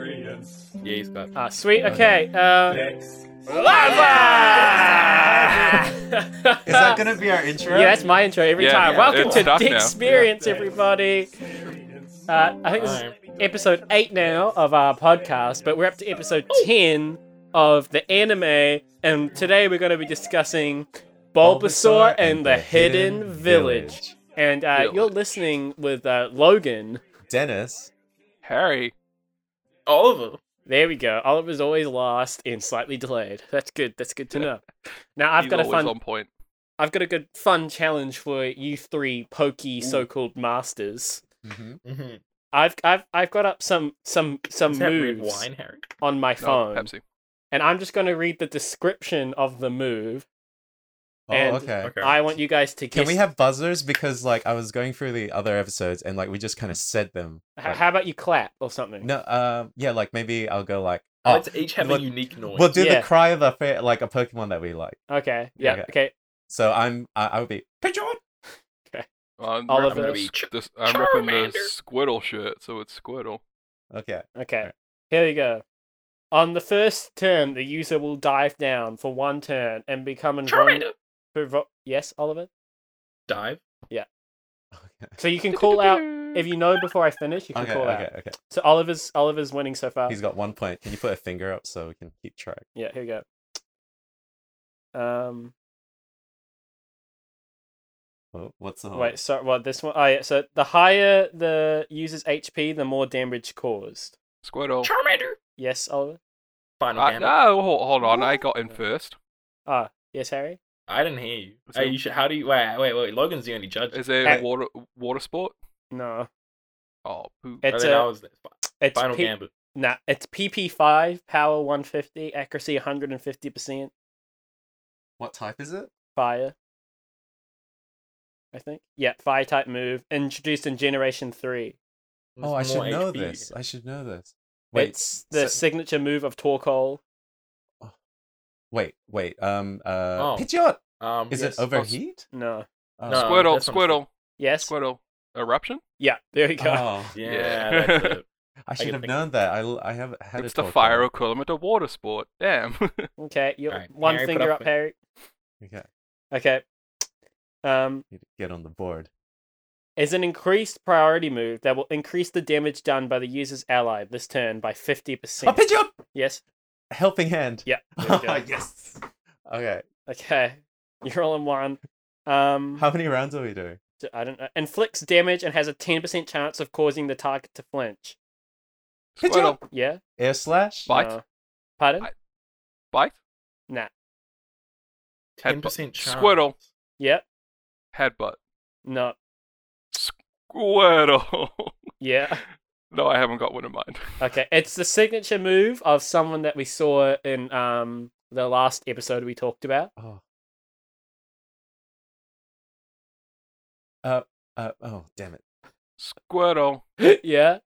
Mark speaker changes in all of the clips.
Speaker 1: Yes.
Speaker 2: Yeah, he's got.
Speaker 3: Ah, sweet. Okay. Uh,
Speaker 1: Next.
Speaker 3: lava!
Speaker 4: Is that gonna be our intro?
Speaker 3: Uh, Yeah, that's my intro every
Speaker 2: Yeah,
Speaker 3: time.
Speaker 2: yeah,
Speaker 3: Welcome
Speaker 2: it's
Speaker 3: to
Speaker 2: stuck
Speaker 3: the
Speaker 2: now.
Speaker 3: experience, everybody. Uh, I think this is episode eight now of our podcast, but we're up to episode ten of the anime, and today we're going to be discussing Bulbasaur and the Hidden Village. And uh, you're
Speaker 2: Village.
Speaker 3: listening with uh, Logan.
Speaker 4: Dennis.
Speaker 2: Harry.
Speaker 1: Oliver.
Speaker 3: There we go. Oliver's always lost and slightly delayed. That's good. That's good to know. Now I've
Speaker 2: he's
Speaker 3: got a
Speaker 2: always
Speaker 3: fun.
Speaker 2: on point.
Speaker 3: I've got a good fun challenge for you three pokey so-called masters.
Speaker 4: Mhm.
Speaker 1: Mm-hmm.
Speaker 3: I've I've I've got up some some some
Speaker 1: Is that red
Speaker 3: moves
Speaker 1: wine, Harry?
Speaker 3: on my
Speaker 2: No,
Speaker 3: phone,
Speaker 2: Pepsi.
Speaker 3: and I'm just going to read the description of the move.
Speaker 4: Oh,
Speaker 3: And-
Speaker 4: okay.
Speaker 1: Okay.
Speaker 3: I want you guys to
Speaker 4: Can
Speaker 3: guess.
Speaker 4: we have buzzers? Because like I was going through the other episodes and like we just kind of said them.
Speaker 3: h-
Speaker 4: Like,
Speaker 3: how about you clap or something?
Speaker 4: no, um, yeah, like maybe I'll go like.
Speaker 1: I
Speaker 4: Oh,
Speaker 1: like to each have
Speaker 4: Look-
Speaker 1: a unique noise.
Speaker 4: we'll do
Speaker 3: Yeah.
Speaker 4: the cry of the fa- like a Pokemon that we like.
Speaker 3: Okay. Yeah. Okay.
Speaker 4: Okay. So I'm I, I would be Pidgeot.
Speaker 2: Well, I'm
Speaker 3: All of
Speaker 2: ripping
Speaker 3: those.
Speaker 2: this- this- I'm ripping the
Speaker 1: Charmander.
Speaker 2: Squiddle shirt, so it's Squiddle.
Speaker 4: Okay.
Speaker 3: Okay. Here we go. On the first turn, the user will dive down for one turn and become invulnerable.
Speaker 1: Charmander.
Speaker 3: Yes, Oliver.
Speaker 1: Dive.
Speaker 4: Okay.
Speaker 3: So you can call out if you know before I finish. You can
Speaker 4: Okay.
Speaker 3: call uh,
Speaker 4: Okay.
Speaker 3: out.
Speaker 4: Okay.
Speaker 3: So Oliver's Oliver's winning so far.
Speaker 4: He's got one point. Can you put a finger up so we can keep track?
Speaker 3: Yeah, here we go. Um,
Speaker 4: Oh, what's the whole?
Speaker 3: wait, so what this one? Oh, yeah. So the higher the user's HP, the more damage caused.
Speaker 2: Squiddle.
Speaker 1: Charmander.
Speaker 3: Yes, Oliver.
Speaker 1: Final
Speaker 2: I,
Speaker 1: game.
Speaker 2: no, hold, hold on. I got in first.
Speaker 3: Ah, yes, Harry.
Speaker 1: I didn't hear you.
Speaker 2: So-
Speaker 1: hey, you should. How do you? Wait, wait, wait. Logan's the only judge.
Speaker 2: Is there
Speaker 3: Hey.
Speaker 2: water water sport?
Speaker 3: No,
Speaker 2: Oh, poo.
Speaker 1: I
Speaker 3: it's
Speaker 1: think I
Speaker 3: a,
Speaker 1: was the
Speaker 3: it's
Speaker 1: final
Speaker 3: P-
Speaker 1: gambit.
Speaker 3: Nah, it's PP five, power one fifty, accuracy one hundred and fifty percent,
Speaker 4: What type is it?
Speaker 3: fire. I think. Yeah, fire type move introduced in Generation Three.
Speaker 4: Oh, I
Speaker 1: There's more
Speaker 4: should know
Speaker 1: HP.
Speaker 4: this. I should know this. Wait,
Speaker 3: it's the
Speaker 4: so-
Speaker 3: signature move of Torkoal.
Speaker 4: wait, wait. Um, uh,
Speaker 1: Oh.
Speaker 4: Pidgeot.
Speaker 1: Um,
Speaker 4: Is
Speaker 1: yes.
Speaker 4: it overheat?
Speaker 3: No.
Speaker 4: Oh.
Speaker 1: No.
Speaker 2: Squiddle,
Speaker 1: that's what I'm
Speaker 2: Squiddle,
Speaker 3: Yes.
Speaker 2: Squiddle. Eruption?
Speaker 3: Yeah. There you go.
Speaker 4: Oh,
Speaker 1: Yeah,
Speaker 2: Yeah.
Speaker 1: that's it.
Speaker 4: I should
Speaker 1: can
Speaker 4: have
Speaker 1: think
Speaker 4: known that. I, l- I have had
Speaker 2: It's
Speaker 4: a
Speaker 2: the
Speaker 4: talk
Speaker 2: fire
Speaker 4: about
Speaker 2: equivalent of water sport. Damn.
Speaker 3: Okay. You
Speaker 1: Oh. Alright,
Speaker 3: one
Speaker 1: Harry, put
Speaker 3: finger
Speaker 1: up
Speaker 3: up,
Speaker 1: the-
Speaker 3: Harry.
Speaker 4: it. Okay,
Speaker 3: Okay. Um,
Speaker 4: need to get on the board.
Speaker 3: is an increased priority move that will increase the damage done by the user's ally this turn by fifty
Speaker 4: Oh,
Speaker 3: percent.
Speaker 4: Pidgeot!
Speaker 3: Yes.
Speaker 4: Helping hand.
Speaker 3: Yeah. there
Speaker 4: Oh,
Speaker 3: we
Speaker 1: Oh,
Speaker 3: go.
Speaker 4: yes. Okay.
Speaker 3: Okay. You're all in one. Um,
Speaker 4: How many rounds are we doing?
Speaker 3: d- I don't know. Inflicts damage and has a ten percent chance of causing the target to flinch.
Speaker 2: Squiddle.
Speaker 4: Pidgeot.
Speaker 3: Yeah.
Speaker 4: Air slash.
Speaker 2: Bite.
Speaker 3: No. Uh, Pardon?
Speaker 2: I- Bite.
Speaker 3: Nah.
Speaker 2: Headbutt.
Speaker 1: Ten percent chance.
Speaker 2: Squiddle.
Speaker 3: Yep.
Speaker 2: Headbutt.
Speaker 3: No.
Speaker 2: Squiddle.
Speaker 3: Yeah.
Speaker 2: no, I haven't got one in mind.
Speaker 3: Okay. It's the signature move of someone that we saw in um the last episode we talked about.
Speaker 4: Oh. Uh, uh, oh, damn it.
Speaker 2: Squiddle.
Speaker 3: yeah.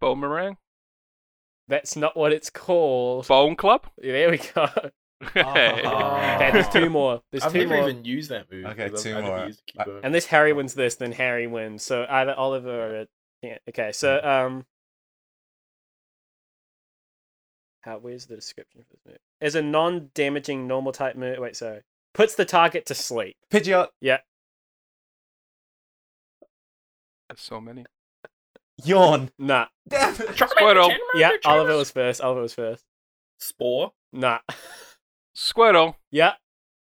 Speaker 2: Boomerang.
Speaker 3: That's not what it's called.
Speaker 2: Bone club.
Speaker 3: There we go. Oh.
Speaker 2: Hey.
Speaker 3: Okay, there's two more. There's
Speaker 1: I've
Speaker 3: two
Speaker 1: never
Speaker 3: more.
Speaker 1: even used that move.
Speaker 4: Okay,
Speaker 1: 'cause I've-
Speaker 4: two
Speaker 1: I've never
Speaker 4: more.
Speaker 1: used
Speaker 4: I-
Speaker 1: Keyboard.
Speaker 3: Unless Harry wins this, then Harry wins. So either Oliver or uh, yeah. Okay, so um, how where's the description for this move? As a non-damaging normal type move. Wait, sorry. Puts the target to sleep.
Speaker 4: Pidgeot,
Speaker 2: There's so many.
Speaker 4: yawn.
Speaker 3: Nah.
Speaker 4: Damn it.
Speaker 1: Charmander,
Speaker 2: Squirtle.
Speaker 1: Charmander,
Speaker 3: Yeah, Oliver
Speaker 1: Charmander.
Speaker 3: was first. Oliver was first.
Speaker 1: Spore.
Speaker 3: Nah.
Speaker 2: Squiddle.
Speaker 3: Yeah.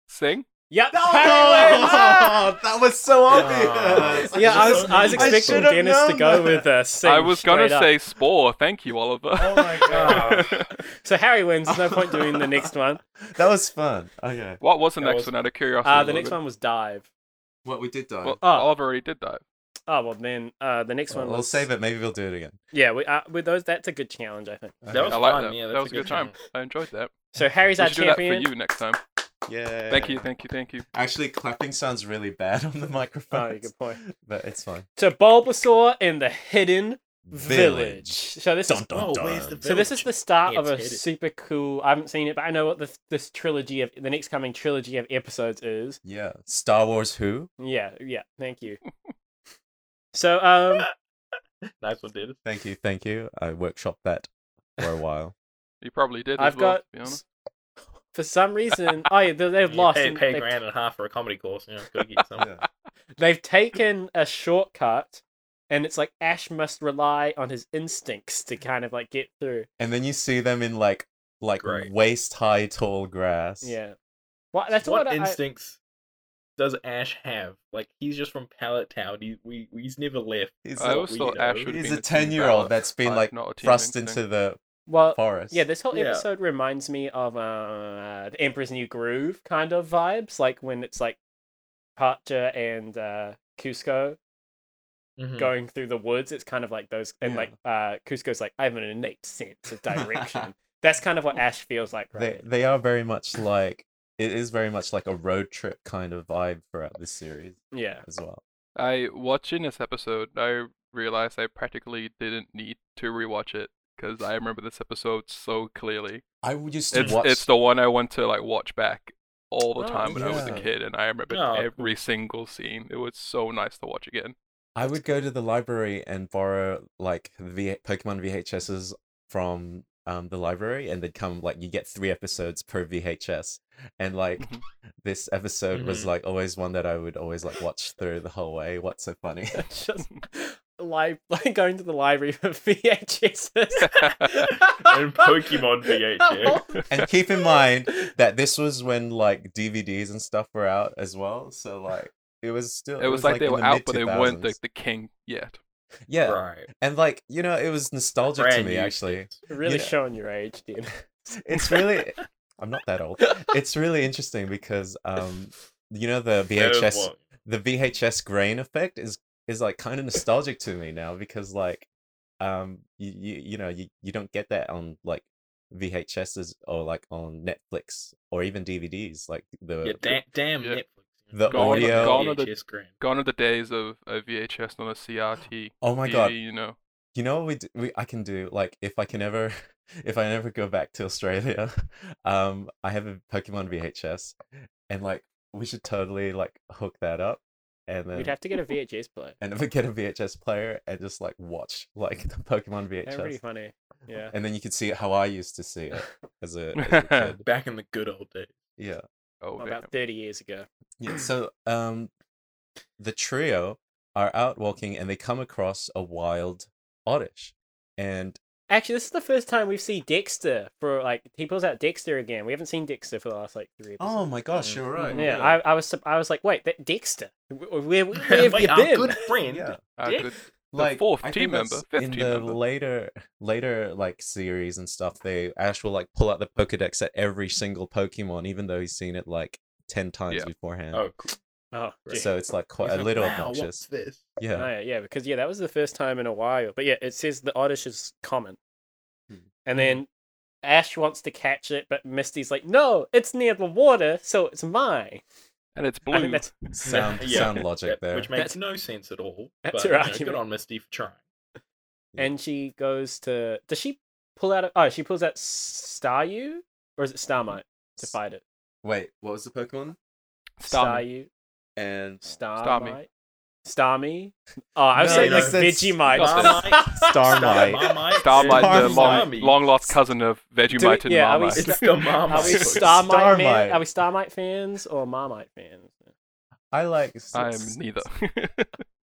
Speaker 2: Sing.
Speaker 3: Yep.
Speaker 4: Oh, No! Oh,
Speaker 3: Harry wins.
Speaker 4: that was so obvious.
Speaker 1: Oh.
Speaker 3: Yeah, I was, I was
Speaker 4: I
Speaker 3: expecting
Speaker 4: should've
Speaker 3: Dennis to
Speaker 4: known
Speaker 3: go
Speaker 4: that.
Speaker 3: with us.
Speaker 2: I was gonna
Speaker 3: straight up.
Speaker 2: say spore. Thank you, Oliver.
Speaker 4: Oh my god.
Speaker 3: So Harry wins. There's no point doing the next one.
Speaker 4: that was fun. Okay.
Speaker 2: what was the
Speaker 1: That
Speaker 2: next
Speaker 1: was-
Speaker 2: one? Out of curiosity.
Speaker 3: Uh, the next
Speaker 2: Logan?
Speaker 3: one was dive.
Speaker 4: What we did die.
Speaker 2: Well,
Speaker 3: Oh.
Speaker 2: Oliver already did that.
Speaker 3: Oh well, then uh, the next one.
Speaker 4: we'll
Speaker 3: was...
Speaker 4: save it. Maybe we'll do it again.
Speaker 3: Yeah, we, uh, with those, that's a good challenge, I think.
Speaker 1: That was
Speaker 2: I like
Speaker 1: fun,
Speaker 2: that.
Speaker 1: yeah,
Speaker 2: that
Speaker 1: that's
Speaker 2: was
Speaker 1: a
Speaker 2: a good
Speaker 1: good
Speaker 2: time.
Speaker 1: challenge.
Speaker 2: I enjoyed that.
Speaker 3: So Harry's
Speaker 2: we
Speaker 3: our
Speaker 2: should do that for
Speaker 3: champion.
Speaker 2: you next time.
Speaker 4: yeah.
Speaker 2: Thank you, thank you, thank you.
Speaker 4: Actually, clapping sounds really bad on the microphone.
Speaker 3: Oh, good point.
Speaker 4: But it's fine.
Speaker 3: So Bulbasaur in the Hidden Village. So this is
Speaker 4: Dun, dun,
Speaker 1: Oh,
Speaker 4: dun.
Speaker 1: where's the
Speaker 3: so this is the start of
Speaker 1: It's
Speaker 3: a
Speaker 1: hidden.
Speaker 3: super cool. I haven't seen it, but I know what this this trilogy of the next coming trilogy of episodes is.
Speaker 4: Yeah. Star Wars Who?
Speaker 3: Yeah, yeah. Thank you. so um,
Speaker 1: nice one, Dennis.
Speaker 4: Thank you. Thank you. I workshopped that. for a while.
Speaker 2: You probably did.
Speaker 3: I've
Speaker 2: as well,
Speaker 3: got.
Speaker 2: To be honest.
Speaker 3: For some reason, oh yeah, they- they've
Speaker 1: You
Speaker 3: lost.
Speaker 1: Pay,
Speaker 3: and
Speaker 1: pay a
Speaker 3: they've,
Speaker 1: grand and a half for a comedy course. You know, gotta get some.
Speaker 3: they've taken a shortcut, and it's like Ash must rely on his instincts to kind of like get through.
Speaker 4: And then you see them in like like
Speaker 1: Great.
Speaker 4: waist high tall grass.
Speaker 3: Yeah. Well, that's
Speaker 1: what,
Speaker 3: what, I,
Speaker 1: instincts does Ash have? Like he's just from Pallet Town. He, we he's never left.
Speaker 4: He's
Speaker 2: I
Speaker 4: a,
Speaker 2: always
Speaker 1: we
Speaker 2: thought
Speaker 1: know.
Speaker 2: Ash would have
Speaker 4: he's
Speaker 2: been team
Speaker 4: a ten year old
Speaker 2: player,
Speaker 4: that's been like
Speaker 2: not a team
Speaker 4: thrust
Speaker 2: instinct.
Speaker 4: into the
Speaker 3: well,
Speaker 4: forest.
Speaker 3: Uh, yeah, this whole
Speaker 1: Yeah.
Speaker 3: episode reminds me of uh, the Emperor's New Groove kind of vibes, like when it's like Parcha and uh, Cusco
Speaker 1: Mhm.
Speaker 3: going through the woods. It's kind of like those, and
Speaker 4: Hmm. Yeah.
Speaker 3: like uh, Cusco's like, I have an innate sense of direction. That's kind of what Ash feels like,
Speaker 4: they
Speaker 3: right?
Speaker 4: they are very much like it is very much like a road trip kind of vibe throughout this series
Speaker 3: yeah.
Speaker 4: as well.
Speaker 2: I watching this episode, I realized I practically didn't need to rewatch it because I remember this episode so clearly.
Speaker 4: I would used to
Speaker 2: It's
Speaker 4: watch
Speaker 2: it's the one I went to like watch back all the
Speaker 1: Oh,
Speaker 2: time when I was a
Speaker 4: yeah.
Speaker 2: kid, and I remember
Speaker 1: Oh,
Speaker 2: every single scene. It was so nice to watch again.
Speaker 4: I would go to the library and borrow like v- Pokemon VHSs from um, the library, and they'd come like you get three episodes per VHS, and like
Speaker 2: Mhm.
Speaker 4: this episode was
Speaker 1: Mhm.
Speaker 2: Mm-hmm.
Speaker 4: like always one that I would always like watch through the whole way. What's so funny?
Speaker 3: It's just li- like going to the library for VHSs. and
Speaker 1: And Pokemon VHS.
Speaker 4: and keep in mind that this was when like DVDs and stuff were out as well, so like it was still
Speaker 2: It, was, like, they
Speaker 4: in
Speaker 2: were
Speaker 4: the
Speaker 2: out, but they weren't the,
Speaker 4: mid-2000s.
Speaker 2: the king yet.
Speaker 4: yeah,
Speaker 1: Right.
Speaker 4: and like you know it was nostalgic to
Speaker 1: Brand
Speaker 4: me
Speaker 1: new
Speaker 4: actually.
Speaker 1: shit.
Speaker 3: really
Speaker 4: Yeah.
Speaker 3: showing your age, dude.
Speaker 4: it's really i'm not that old it's really interesting because um you know the
Speaker 1: That is
Speaker 4: vhs
Speaker 1: what-
Speaker 4: the vhs grain effect is is like kind of nostalgic to me now because like um you you, you know you, you don't get that on like vhs's or like on netflix or even dvds like the
Speaker 1: Yeah, da- damn
Speaker 2: Yeah.
Speaker 1: Netflix.
Speaker 4: The
Speaker 1: Gone are the-
Speaker 4: audio-
Speaker 1: gone are the- VHS grand.
Speaker 2: Gone are the days of a VHS on a CRT.
Speaker 4: oh my
Speaker 2: TV,
Speaker 4: god
Speaker 2: You know,
Speaker 4: you know what we, d- we i can do like if i can ever if i never go back to australia um i have a pokemon vhs and like we should totally like hook that up and then
Speaker 3: We'd have to get a VHS player.
Speaker 4: and then we get a vhs player and just like watch like the pokemon
Speaker 3: That'd be pretty
Speaker 4: vhs
Speaker 3: funny. Yeah.
Speaker 4: and then you can see it how i used to see it as a, as a kid
Speaker 1: Back in the good old days.
Speaker 4: yeah
Speaker 2: oh damn.
Speaker 3: About 30 years ago.
Speaker 4: yeah so um the trio are out walking and they come across a wild oddish and
Speaker 3: Actually, this is the first time we've seen Dexter for like he pulls out Dexter again. We haven't seen Dexter for the last like three. Episodes.
Speaker 4: Oh my
Speaker 1: gosh,
Speaker 2: Mm.
Speaker 1: you're
Speaker 3: Mm. yeah,
Speaker 1: right,
Speaker 3: I, I was sup- I was like, wait, that Dexter? Where, where, where have
Speaker 1: Like,
Speaker 3: you
Speaker 1: our
Speaker 3: been?
Speaker 1: good friend.
Speaker 4: yeah
Speaker 2: Ah,
Speaker 1: Dick?
Speaker 2: good. The
Speaker 4: like
Speaker 2: fourth
Speaker 4: I
Speaker 2: team
Speaker 4: think that's
Speaker 2: member, fifth
Speaker 4: in
Speaker 2: team
Speaker 4: the
Speaker 2: member.
Speaker 4: later later like series and stuff they ash will like pull out the pokédex at every single pokemon even though he's seen it like 10 times
Speaker 2: Yeah.
Speaker 4: beforehand
Speaker 1: Oh, cool.
Speaker 3: Oh, yeah.
Speaker 4: so it's like quite
Speaker 1: He's
Speaker 4: a
Speaker 1: like,
Speaker 4: little
Speaker 1: "Wow, what's
Speaker 4: obnoxious
Speaker 1: this?
Speaker 3: Oh,
Speaker 4: yeah
Speaker 3: yeah, yeah, because yeah, that was the first time in a while. But yeah, it says the oddish is common,
Speaker 4: Hmm.
Speaker 3: and then Ash wants to catch it, but Misty's like, no, it's near the water, so it's mine.
Speaker 2: and it's
Speaker 3: I
Speaker 2: blue.
Speaker 3: think that's
Speaker 4: sound
Speaker 1: Yeah.
Speaker 4: sound logic
Speaker 1: That-
Speaker 4: there
Speaker 1: Which makes
Speaker 3: That's-
Speaker 1: no sense at all. but,
Speaker 3: That's her
Speaker 1: you know, Good
Speaker 3: argument.
Speaker 1: on Miss Steve for trying.
Speaker 4: Yeah.
Speaker 3: and she goes to. Does she pull out? A, oh, she pulls out Staryu, or is it Starmite to
Speaker 4: S-
Speaker 3: fight it?
Speaker 4: wait what was the pokemon
Speaker 2: Starmie.
Speaker 3: Staryu.
Speaker 4: and
Speaker 3: Starmite. Starmie. Oh, I was
Speaker 4: No,
Speaker 3: saying
Speaker 1: no,
Speaker 3: like
Speaker 4: that's-
Speaker 3: Vegemite.
Speaker 1: Marmite.
Speaker 4: Starmite.
Speaker 1: Marmite.
Speaker 2: Starmite, the
Speaker 4: Starmite.
Speaker 2: long, long lost cousin of Vegemite and
Speaker 3: yeah, are we
Speaker 2: Marmite.
Speaker 1: It's the
Speaker 3: Are we
Speaker 1: Marmite.
Speaker 3: Starmite, Man?
Speaker 4: Starmite.
Speaker 3: Are we Starmite fans or Marmite fans?
Speaker 4: i like s-
Speaker 2: I am
Speaker 4: s-
Speaker 2: neither.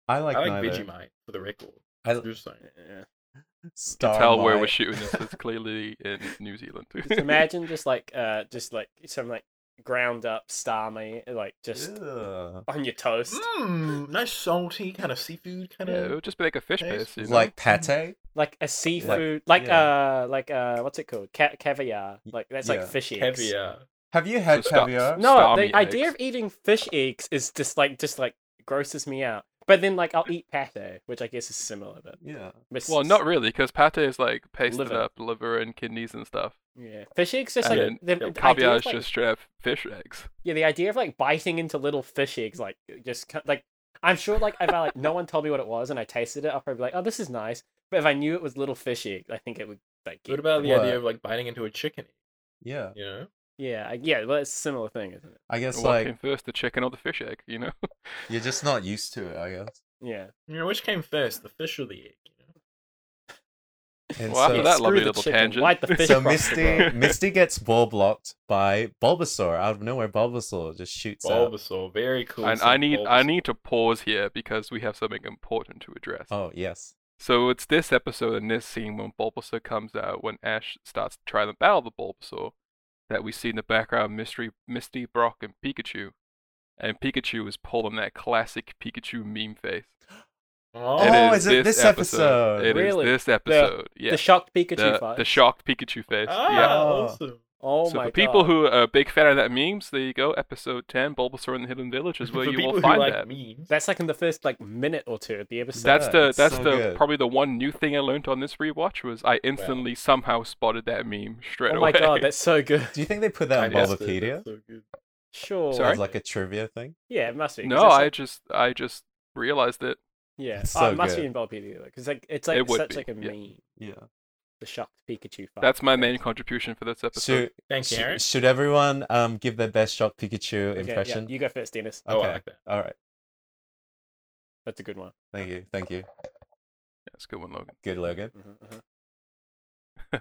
Speaker 4: i like,
Speaker 1: I like
Speaker 4: neither.
Speaker 1: Vegemite for the record.
Speaker 4: I-
Speaker 1: Just saying.
Speaker 3: Yeah.
Speaker 4: Starmite.
Speaker 2: Tell where we're shooting this. It's clearly in New Zealand.
Speaker 3: Just imagine just like uh just like some like ground up Starmie like just
Speaker 4: Ugh.
Speaker 3: on your toast.
Speaker 1: Mmm, nice salty kind of seafood kind
Speaker 2: yeah, it
Speaker 1: of.
Speaker 2: would just be like a fish
Speaker 1: Taste
Speaker 2: paste. You know?
Speaker 4: like
Speaker 1: Hmm.
Speaker 4: pate
Speaker 3: Like a seafood like uh like uh what's it called? Ca- caviar. Like that's
Speaker 4: Yeah.
Speaker 3: like fish eggs.
Speaker 1: Caviar.
Speaker 4: have you had
Speaker 2: So Star-
Speaker 4: caviar
Speaker 3: No, the
Speaker 2: Starmie
Speaker 3: idea
Speaker 2: eggs.
Speaker 3: of eating fish eggs is just like just like grosses me out. But then like I'll eat pate, which I guess is similar but
Speaker 4: yeah
Speaker 3: with
Speaker 2: well,
Speaker 3: s-
Speaker 2: not really, because pate is like pasted
Speaker 3: Liver.
Speaker 2: up liver and kidneys and stuff.
Speaker 3: Yeah, fish eggs just
Speaker 2: And
Speaker 3: like the, the idea
Speaker 2: Caviar
Speaker 3: of,
Speaker 2: is
Speaker 3: like-
Speaker 2: just straight up fish eggs.
Speaker 3: yeah, the idea of like biting into little fish eggs, like just ki- like I'm sure like if I like no one told me what it was and I tasted it, I'll probably be like, oh, this is nice. But if I knew it was little fish egg, I think it would like.
Speaker 1: What
Speaker 3: Get,
Speaker 1: about the
Speaker 4: What?
Speaker 1: idea of like biting into a chicken?
Speaker 4: yeah
Speaker 1: You know,
Speaker 3: yeah, I, yeah, well, it's a similar thing, isn't it?
Speaker 4: i guess
Speaker 2: What
Speaker 4: like
Speaker 2: came first, the chicken or the fish egg? You know,
Speaker 4: you're just not used to it i guess
Speaker 3: Yeah,
Speaker 1: you know which came first, the fish or the egg? You know?
Speaker 4: And
Speaker 2: Well,
Speaker 4: so,
Speaker 2: after that
Speaker 3: Screw
Speaker 2: lovely
Speaker 3: the
Speaker 2: little
Speaker 3: chicken,
Speaker 2: tangent.
Speaker 3: Light the fish fry,
Speaker 4: so
Speaker 3: bro.
Speaker 4: Misty Misty gets ball blocked by Bulbasaur out of nowhere. Bulbasaur just shoots out.
Speaker 1: Bulbasaur, very cool.
Speaker 2: And
Speaker 1: stuff,
Speaker 2: I need I
Speaker 1: Bulbasaur.
Speaker 2: need to pause here because we have something important to address.
Speaker 4: Oh yes,
Speaker 2: So it's this episode and this scene when Bulbasaur comes out when Ash starts trying to battle the Bulbasaur that we see in the background Mystery Misty, Brock, and Pikachu. And Pikachu is pulling that classic Pikachu meme face.
Speaker 1: Oh,
Speaker 4: And
Speaker 2: It
Speaker 4: Oh, is it this episode?
Speaker 2: It is
Speaker 3: Really?
Speaker 2: this episode. yeah.
Speaker 3: The shocked Pikachu
Speaker 2: the,
Speaker 3: fight.
Speaker 2: the shocked Pikachu face. yeah.
Speaker 1: ah, awesome.
Speaker 3: oh
Speaker 2: so
Speaker 3: my
Speaker 2: for people
Speaker 3: god.
Speaker 2: who are a big fan of that memes, there you go. Episode ten, Bulbasaur in the Hidden Village is where
Speaker 1: For
Speaker 2: you
Speaker 1: people
Speaker 2: will
Speaker 1: who
Speaker 2: find
Speaker 1: like
Speaker 2: that.
Speaker 1: memes.
Speaker 3: That's like in the first like minute or two of the episode.
Speaker 2: That's
Speaker 4: Yeah,
Speaker 2: the
Speaker 4: it's
Speaker 2: that's
Speaker 4: so
Speaker 2: the
Speaker 4: good.
Speaker 2: probably the one new thing I learned on this rewatch was I instantly somehow spotted that meme straight
Speaker 3: oh
Speaker 2: away.
Speaker 3: my god, that's so good.
Speaker 4: do you think they put that on
Speaker 2: Kinda, yes.
Speaker 4: Bulbapedia
Speaker 3: Sure.
Speaker 2: Sorry?
Speaker 4: as like a trivia thing?
Speaker 3: Yeah, it must be. 'cause
Speaker 2: no,
Speaker 3: that's
Speaker 2: I
Speaker 3: like-
Speaker 2: just I just realized it.
Speaker 3: yeah,
Speaker 4: It's
Speaker 3: oh,
Speaker 4: so
Speaker 3: it must be
Speaker 4: good.
Speaker 3: in Bulbapedia because like it's like
Speaker 2: It would
Speaker 3: such
Speaker 2: be,
Speaker 3: like a
Speaker 2: yeah.
Speaker 3: meme.
Speaker 4: Yeah.
Speaker 3: The shocked Pikachu fight.
Speaker 2: That's my main contribution for this episode.
Speaker 4: Should,
Speaker 1: Thanks,
Speaker 4: should-
Speaker 1: Aaron.
Speaker 4: should everyone um give their best shot Pikachu
Speaker 3: Okay, yeah,
Speaker 4: impression?
Speaker 3: you go first, Dennis.
Speaker 1: Oh, I
Speaker 4: Okay.
Speaker 1: like that.
Speaker 4: All right.
Speaker 3: That's a good one.
Speaker 4: Thank you. Thank you.
Speaker 2: That's a good one, Logan.
Speaker 4: Good Logan.
Speaker 3: Mhm, mhm. mm-hmm.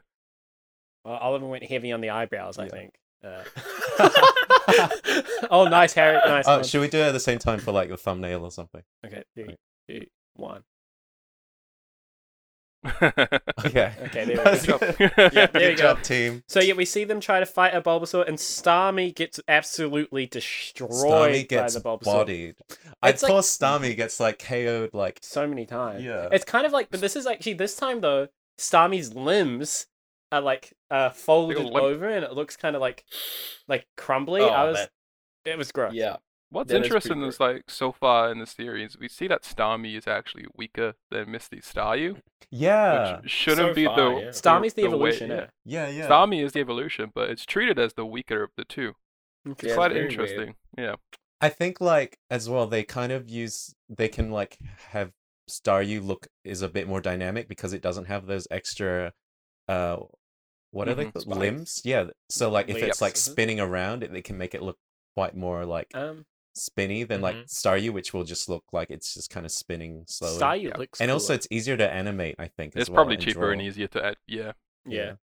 Speaker 3: well, Oliver went heavy on the eyebrows, I
Speaker 4: Yeah.
Speaker 3: think. Uh, oh, nice, Harry. Nice.
Speaker 4: Oh,
Speaker 3: one.
Speaker 4: should we do it at the same time for like the thumbnail or something?
Speaker 3: Okay, three, two, one.
Speaker 4: Okay.
Speaker 3: Okay, there we
Speaker 4: That's
Speaker 2: Good job.
Speaker 4: good.
Speaker 3: There we
Speaker 4: Good
Speaker 3: go.
Speaker 4: job, team.
Speaker 3: So yeah, we see them try to fight a Bulbasaur, and Starmie gets absolutely destroyed
Speaker 4: Starmie gets
Speaker 3: by the Bulbasaur
Speaker 4: bodied. I
Speaker 3: It's like-
Speaker 4: thought Starmie gets like KO'd like
Speaker 3: so many times.
Speaker 4: Yeah.
Speaker 3: It's kind of like, but this is actually this time though, Starmie's limbs are like uh, folded
Speaker 2: limp.
Speaker 3: over, and it looks kind of like like crumbly.
Speaker 1: Oh,
Speaker 3: I was,
Speaker 1: that-
Speaker 3: it was gross.
Speaker 1: yeah.
Speaker 2: What's
Speaker 1: That is pretty
Speaker 2: interesting is like so far in the series, we see that Starmie is actually weaker than Misty Staryu,
Speaker 4: Yeah.
Speaker 2: which shouldn't
Speaker 1: So
Speaker 2: be
Speaker 1: far,
Speaker 2: the
Speaker 1: yeah.
Speaker 3: Starmie's the,
Speaker 2: way-
Speaker 3: evolution.
Speaker 2: yeah.
Speaker 3: yeah.
Speaker 4: Yeah, yeah.
Speaker 2: Starmie is the evolution, but it's treated as the weaker of the two. It's
Speaker 1: Yeah, it's
Speaker 2: quite
Speaker 1: very weird.
Speaker 2: interesting. Yeah.
Speaker 4: I think like as well they kind of use they can like have Staryu look is a bit more dynamic because it doesn't have those extra uh what are they
Speaker 2: Mhm.
Speaker 4: called?
Speaker 1: Spikes.
Speaker 4: limbs? Yeah. So like if
Speaker 3: Leaves.
Speaker 4: it's like
Speaker 1: Mhm.
Speaker 2: mm-hmm.
Speaker 4: spinning around it they can make it look quite more like
Speaker 2: Uh,
Speaker 3: Um,
Speaker 4: spinny than like
Speaker 2: mm-hmm.
Speaker 1: Mhm. Staryu,
Speaker 4: Staryu, which will just look like it's just kind of spinning slowly.
Speaker 3: Staryu
Speaker 2: Yeah.
Speaker 3: looks
Speaker 4: and also
Speaker 3: cooler.
Speaker 4: it's easier to animate, I think.
Speaker 2: It's
Speaker 4: as well,
Speaker 2: probably
Speaker 4: and
Speaker 2: cheaper
Speaker 4: draw.
Speaker 2: and easier to add. Yeah.
Speaker 3: yeah.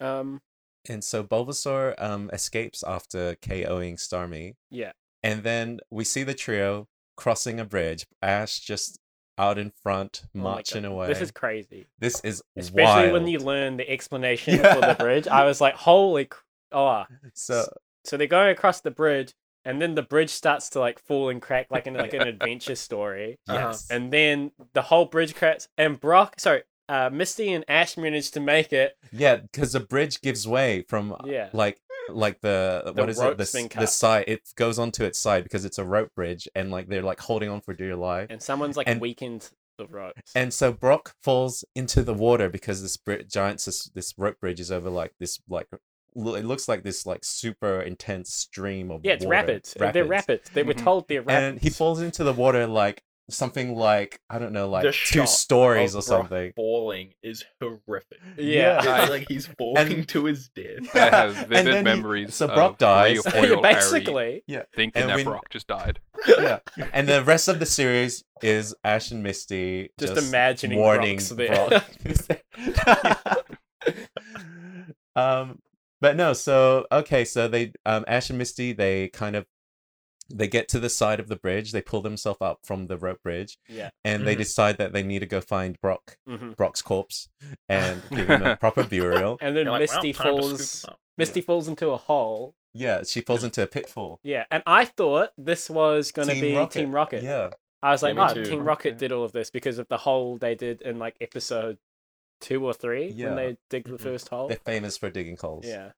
Speaker 3: Um,
Speaker 4: And so Bulbasaur um escapes after KOing Starmie.
Speaker 3: yeah.
Speaker 4: And then we see the trio crossing a bridge. Ash just out in front,
Speaker 3: Oh my
Speaker 4: marching
Speaker 3: God.
Speaker 4: away.
Speaker 3: This is crazy.
Speaker 4: this is
Speaker 3: Especially
Speaker 4: wild.
Speaker 3: when you learn the explanation
Speaker 4: Yeah.
Speaker 3: for the bridge. I was like, holy, cr- oh.
Speaker 4: so
Speaker 3: So they're going across the bridge, and then the bridge starts to like fall and crack, like in like an adventure story.
Speaker 1: Uh-huh.
Speaker 4: yes,
Speaker 3: uh, And then the whole bridge cracks, and Brock, sorry, uh, Misty and Ash manage to make it.
Speaker 4: yeah, because the bridge gives way from uh,
Speaker 3: Yeah.
Speaker 4: like like the,
Speaker 3: The
Speaker 4: what is it
Speaker 3: rope's
Speaker 4: the, s-
Speaker 3: been
Speaker 4: the
Speaker 3: cut.
Speaker 4: side it goes onto its side because it's a rope bridge and like they're like holding on for dear life.
Speaker 3: And someone's like
Speaker 4: And-
Speaker 3: weakened the ropes.
Speaker 4: And so Brock falls into the water because this bri- giant this, this rope bridge is over like this like lo- it looks like this like super intense stream of
Speaker 3: yeah, it's
Speaker 4: water-
Speaker 3: rapids. They're rapids. They were
Speaker 1: Mm-hmm.
Speaker 2: Mhm.
Speaker 3: told they're rapids.
Speaker 4: And he falls into the water like something like I don't know like
Speaker 1: The
Speaker 4: two
Speaker 1: shot
Speaker 4: stories
Speaker 1: of
Speaker 4: or
Speaker 1: Brock
Speaker 4: something.
Speaker 1: Falling is horrific.
Speaker 3: Yeah.
Speaker 1: It's
Speaker 2: I-
Speaker 1: like he's falling to his death.
Speaker 2: I have
Speaker 4: And
Speaker 2: vivid
Speaker 4: then he-
Speaker 2: memories
Speaker 4: so
Speaker 2: of
Speaker 4: Brock dies,
Speaker 2: Leo
Speaker 4: and-
Speaker 2: Hoyle Harry
Speaker 3: Basically,
Speaker 2: thinking
Speaker 4: and
Speaker 2: that
Speaker 4: when-
Speaker 2: Brock just died.
Speaker 4: yeah. And the rest of the series is Ash and Misty
Speaker 3: just, imagining
Speaker 4: warning
Speaker 3: Brock's there.
Speaker 4: Brock. um, but no, so okay, so they um, Ash and Misty they kind of they get to the side of the bridge, they pull themselves up from the rope bridge,
Speaker 3: yeah. Mm-hmm.
Speaker 4: and they
Speaker 1: Mhm.
Speaker 4: decide that they need to go find Brock
Speaker 3: hmm
Speaker 4: Brock's corpse and give him a proper burial.
Speaker 3: And then
Speaker 1: You're like, "Well,
Speaker 3: Misty
Speaker 1: time to scoop
Speaker 3: falls.
Speaker 1: him up."
Speaker 3: Misty falls into a hole.
Speaker 4: Yeah, she falls into a pitfall.
Speaker 3: Yeah, and I thought this was gonna
Speaker 4: Team
Speaker 3: be
Speaker 4: Rocket.
Speaker 3: Team Rocket.
Speaker 4: Yeah,
Speaker 3: I was
Speaker 1: Yeah,
Speaker 3: like,
Speaker 1: me
Speaker 3: oh,
Speaker 1: too.
Speaker 3: Team Rocket
Speaker 2: Okay.
Speaker 3: did all of this because of the hole they did in like episode two or three
Speaker 4: Yeah.
Speaker 3: when they dig the
Speaker 1: Mhm.
Speaker 3: first hole.
Speaker 4: they're famous for digging holes.
Speaker 3: Oh. Yeah,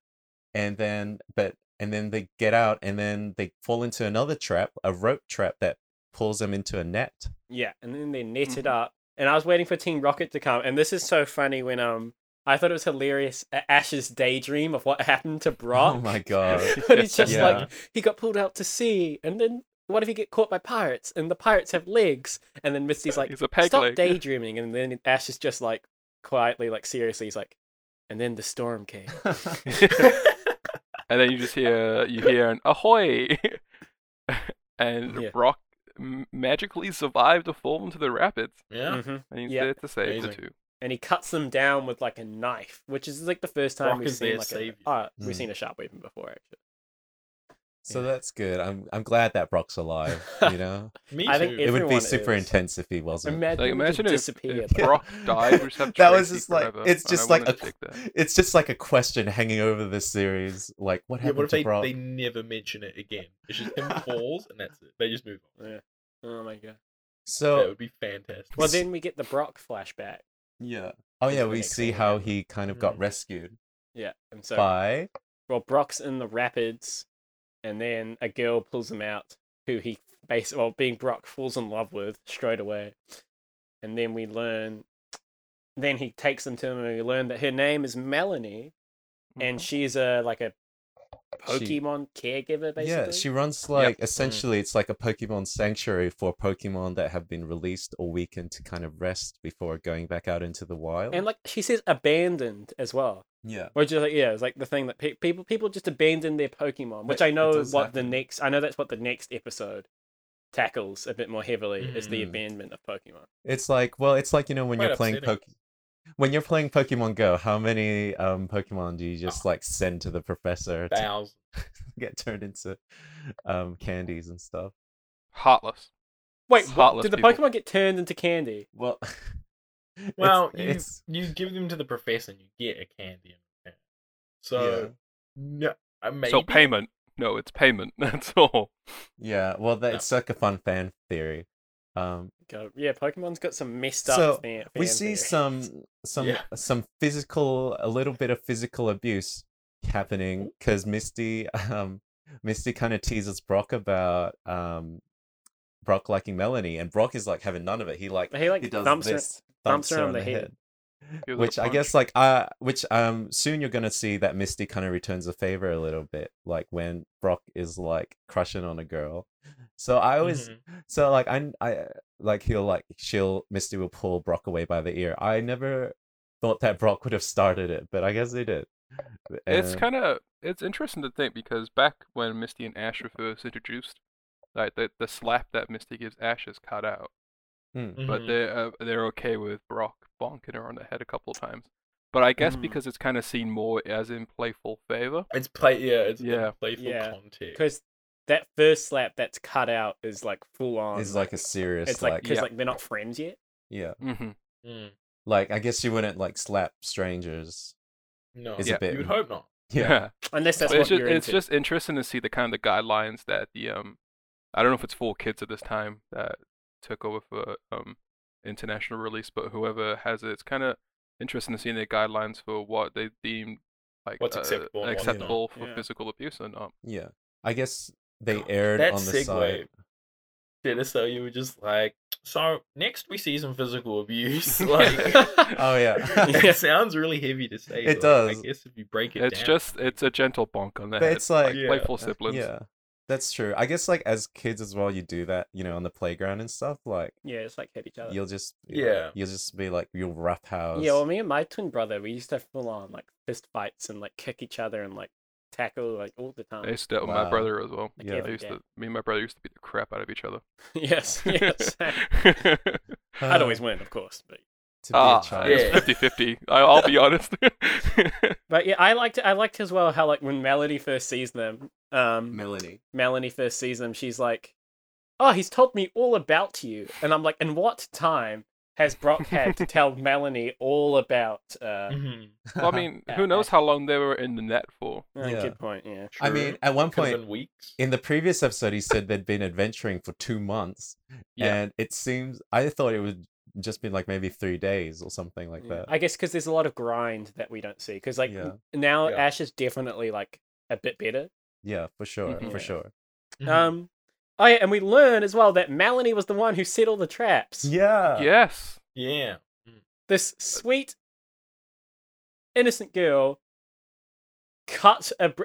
Speaker 4: and then but and then they get out and then they fall into another trap, a rope trap that pulls them into a net.
Speaker 3: yeah, and then they netted
Speaker 2: Mhm.
Speaker 3: up, and I was waiting for Team Rocket to come, and this is so funny when um. I thought it was hilarious. uh, Ash's daydream of what happened to Brock.
Speaker 4: Oh my god.
Speaker 3: but he's just
Speaker 4: Yeah.
Speaker 3: like he got pulled out to sea, and then what if he get caught by pirates? And the pirates have legs, and then Misty's like,
Speaker 2: He's a peg
Speaker 3: stop
Speaker 2: leg.
Speaker 3: daydreaming, and then Ash is just like quietly, like seriously, he's like, and then the storm came. Mm-hmm.
Speaker 2: and then you just hear you hear an ahoy, and
Speaker 3: Yeah.
Speaker 2: Brock m- magically survived a fall into the rapids,
Speaker 1: Yeah.
Speaker 3: Mhm.
Speaker 2: and he's
Speaker 3: Yeah.
Speaker 2: there to save
Speaker 1: Amazing.
Speaker 2: the two.
Speaker 3: and he cuts them down with like a knife, which is like the first time
Speaker 1: Brock
Speaker 3: we've
Speaker 1: is
Speaker 3: seen
Speaker 1: their
Speaker 3: like a,
Speaker 1: savior.
Speaker 3: uh,
Speaker 4: Hmm.
Speaker 3: we've seen a sharp weapon before actually.
Speaker 4: So
Speaker 1: Yeah.
Speaker 4: that's good. I'm I'm glad that Brock's alive. You know,
Speaker 1: Me
Speaker 3: I think
Speaker 1: too.
Speaker 4: it would be
Speaker 3: Everyone
Speaker 4: super
Speaker 3: is.
Speaker 4: intense if he wasn't.
Speaker 3: Imagine,
Speaker 2: Like,
Speaker 3: it
Speaker 2: imagine if,
Speaker 3: disappear.
Speaker 2: if Brock died, we just have
Speaker 4: that was
Speaker 2: Tracy
Speaker 4: just like
Speaker 2: forever,
Speaker 4: it's
Speaker 2: and I
Speaker 4: just like a
Speaker 2: wouldn't take that.
Speaker 4: it's just like a question hanging over this series. Like what
Speaker 1: yeah,
Speaker 4: happened
Speaker 1: what if
Speaker 4: to
Speaker 1: they,
Speaker 4: Brock?
Speaker 1: they never mention it again? It's just him falls and that's it. They just move on.
Speaker 3: oh my god.
Speaker 1: That
Speaker 4: So
Speaker 1: would be fantastic.
Speaker 3: Well, then we get the Brock flashback.
Speaker 4: yeah, oh yeah,
Speaker 3: the
Speaker 4: we
Speaker 3: next
Speaker 4: see
Speaker 3: thing we
Speaker 4: how
Speaker 3: have.
Speaker 4: he kind of got
Speaker 1: Mhm.
Speaker 4: rescued
Speaker 3: Yeah, and so
Speaker 4: by
Speaker 3: well, Brock's in the rapids, and then a girl pulls him out, who he basically, well, being Brock, falls in love with straight away, and then we learn. Then he takes them to him, and we learn that her name is Melanie, and she's a like a
Speaker 4: Mm-hmm. She-
Speaker 3: Pokemon caregiver, basically.
Speaker 4: yeah. She runs like essentially it's like a Pokemon sanctuary for Pokemon that have been released or weakened to kind of rest before going back out into the wild.
Speaker 3: and like she says, abandoned as well.
Speaker 4: yeah,
Speaker 3: Which is like yeah, it's like the thing that pe- people people just abandon their Pokemon, which
Speaker 4: It-
Speaker 3: I know
Speaker 4: it
Speaker 3: is
Speaker 4: does
Speaker 3: what the
Speaker 4: happen.
Speaker 3: next I know that's what the next episode tackles a bit more heavily is the
Speaker 4: Mm.
Speaker 3: abandonment of Pokemon.
Speaker 4: it's like well, it's like you know when
Speaker 1: Quite
Speaker 4: you're playing Poke.
Speaker 1: upsetting.
Speaker 4: When you're playing Pokemon Go, how many um, Pokemon do you just like send to the professor to
Speaker 1: Thousands.
Speaker 4: get turned into um, candies and stuff?
Speaker 2: Heartless.
Speaker 3: Wait, what,
Speaker 2: Heartless
Speaker 3: did the
Speaker 2: people.
Speaker 3: Pokemon get turned into candy?
Speaker 4: Well,
Speaker 1: Well,
Speaker 4: it's, it's-
Speaker 1: you you give them to the professor and you get a candy. in return. So no, uh, maybe
Speaker 2: So payment. No, it's payment. That's all.
Speaker 4: yeah, yeah. Well, that,
Speaker 1: No.
Speaker 4: it's like a fun fan theory. Um,
Speaker 3: Go, yeah, Pokemon's got some messed up.
Speaker 4: So,
Speaker 3: fan,
Speaker 4: we
Speaker 3: fan
Speaker 4: see
Speaker 3: theory.
Speaker 4: some some
Speaker 1: Yeah.
Speaker 4: some physical, a little bit of physical abuse happening because Misty um Misty kind of teases Brock about um Brock liking Melanie, and Brock is like having none of it. He like
Speaker 3: He like
Speaker 4: he does
Speaker 3: thumps her-
Speaker 4: this,
Speaker 3: thumps her on the head.
Speaker 2: Gives her a
Speaker 4: which I guess like uh which um soon you're gonna see that Misty kind of returns a favor a little bit, like when Brock is like crushing on a girl. So I always
Speaker 1: Mhm.
Speaker 4: so like I I like he'll like she'll Misty will pull Brock away by the ear. I never thought that Brock would have started it, but I guess they did.
Speaker 2: It's
Speaker 4: Uh,
Speaker 2: kind of it's interesting to think because back when Misty and Ash were first introduced, like the the slap that Misty gives Ash is cut out, but
Speaker 3: Mm-hmm.
Speaker 1: Mhm.
Speaker 2: they're uh, they're okay with Brock bonking her on the head a couple of times. But I guess
Speaker 3: Mhm.
Speaker 2: because it's kind of seen more as in playful favor.
Speaker 1: it's play. Yeah, it's in
Speaker 2: Yeah.
Speaker 1: playful
Speaker 3: Yeah.
Speaker 1: context.
Speaker 3: because that first slap that's cut out is like full on.
Speaker 4: is like a serious
Speaker 3: it's like
Speaker 4: like,
Speaker 3: because
Speaker 2: Yeah.
Speaker 3: like they're not friends yet.
Speaker 4: yeah.
Speaker 2: Mm-hmm.
Speaker 1: Mm.
Speaker 4: Like I guess you wouldn't like slap strangers.
Speaker 1: No,
Speaker 4: It's
Speaker 2: a
Speaker 4: bit-
Speaker 1: you would hope not.
Speaker 3: Unless that's
Speaker 2: But
Speaker 3: what
Speaker 2: it's just,
Speaker 3: you're
Speaker 2: it's
Speaker 3: into.
Speaker 2: just interesting to see the kind of the guidelines that the um I don't know if it's four kids at this time that took over for um international release, but whoever has it, it's kind of interesting to see their guidelines for what they deem like
Speaker 1: What's
Speaker 2: uh,
Speaker 1: acceptable and what's not.
Speaker 2: acceptable for
Speaker 3: Yeah.
Speaker 2: physical abuse or not.
Speaker 4: Yeah. I guess they
Speaker 1: God,
Speaker 4: aired
Speaker 1: that
Speaker 4: on the
Speaker 1: segue
Speaker 4: side.
Speaker 1: did it so you were just like so next we see some physical abuse
Speaker 2: Yeah.
Speaker 1: like
Speaker 4: Oh yeah.
Speaker 1: it sounds really heavy to say but
Speaker 4: It does.
Speaker 1: i guess if you break it
Speaker 2: It's
Speaker 1: down
Speaker 2: just it's a gentle bonk on the
Speaker 4: But
Speaker 2: head.
Speaker 4: it's like-
Speaker 1: Yeah.
Speaker 2: playful
Speaker 4: Uh,
Speaker 2: siblings.
Speaker 4: Yeah, that's true. I guess like as kids as well, you do that, you know, on the playground and stuff. Like
Speaker 3: yeah, it's like hit each other.
Speaker 4: you'll just be like-
Speaker 1: Yeah.
Speaker 4: you'll just be like you'll rough house.
Speaker 3: Yeah, well, me and my twin brother, we used to full on like fist fights and like kick each other and like tackle like all the
Speaker 2: I
Speaker 3: time.
Speaker 2: used to, my
Speaker 4: Wow.
Speaker 2: brother as well.
Speaker 3: Like
Speaker 4: Yeah.
Speaker 2: I
Speaker 3: every
Speaker 2: used
Speaker 3: day.
Speaker 2: to, me and my brother used to beat the crap out of each other.
Speaker 3: yes, yes.
Speaker 4: Uh,
Speaker 3: I'd always win, of course, but
Speaker 4: to be
Speaker 2: Ah,
Speaker 4: a child.
Speaker 1: yeah.
Speaker 2: it's 50-50. I, I'll be honest.
Speaker 3: but yeah, I liked I liked as well how like when Melody first sees them, um,
Speaker 4: Melanie.
Speaker 3: Melanie first sees them, she's like, "Oh, he's told me all about you," and I'm like, "And what time has Brock had to tell Melanie all about?" Uh,
Speaker 1: Mhm.
Speaker 2: Well, I mean,
Speaker 3: Yeah,
Speaker 2: who knows how long they were in the net for?
Speaker 3: uh,
Speaker 4: Yeah.
Speaker 3: Good point. Yeah.
Speaker 4: I
Speaker 1: True.
Speaker 4: mean, at one
Speaker 1: Could've
Speaker 4: point
Speaker 1: been weeks
Speaker 4: in the previous episode, he said they'd been adventuring for two months,
Speaker 2: Yeah.
Speaker 4: and it seems I thought it would just been like maybe three days or something like
Speaker 3: Yeah.
Speaker 4: that.
Speaker 3: I guess because there's a lot of grind that we don't see. Because like
Speaker 4: Yeah.
Speaker 3: n- now
Speaker 1: Yeah.
Speaker 3: Ash is definitely like a bit better.
Speaker 4: yeah, for sure,
Speaker 2: Mhm.
Speaker 3: Yeah.
Speaker 4: for sure.
Speaker 1: Mhm.
Speaker 3: Um, oh yeah, and we learn as well that Melanie was the one who set all the traps. Uh,
Speaker 4: Yeah.
Speaker 2: yes.
Speaker 1: yeah
Speaker 3: This
Speaker 1: Uh,
Speaker 3: sweet, innocent girl cut a. Br-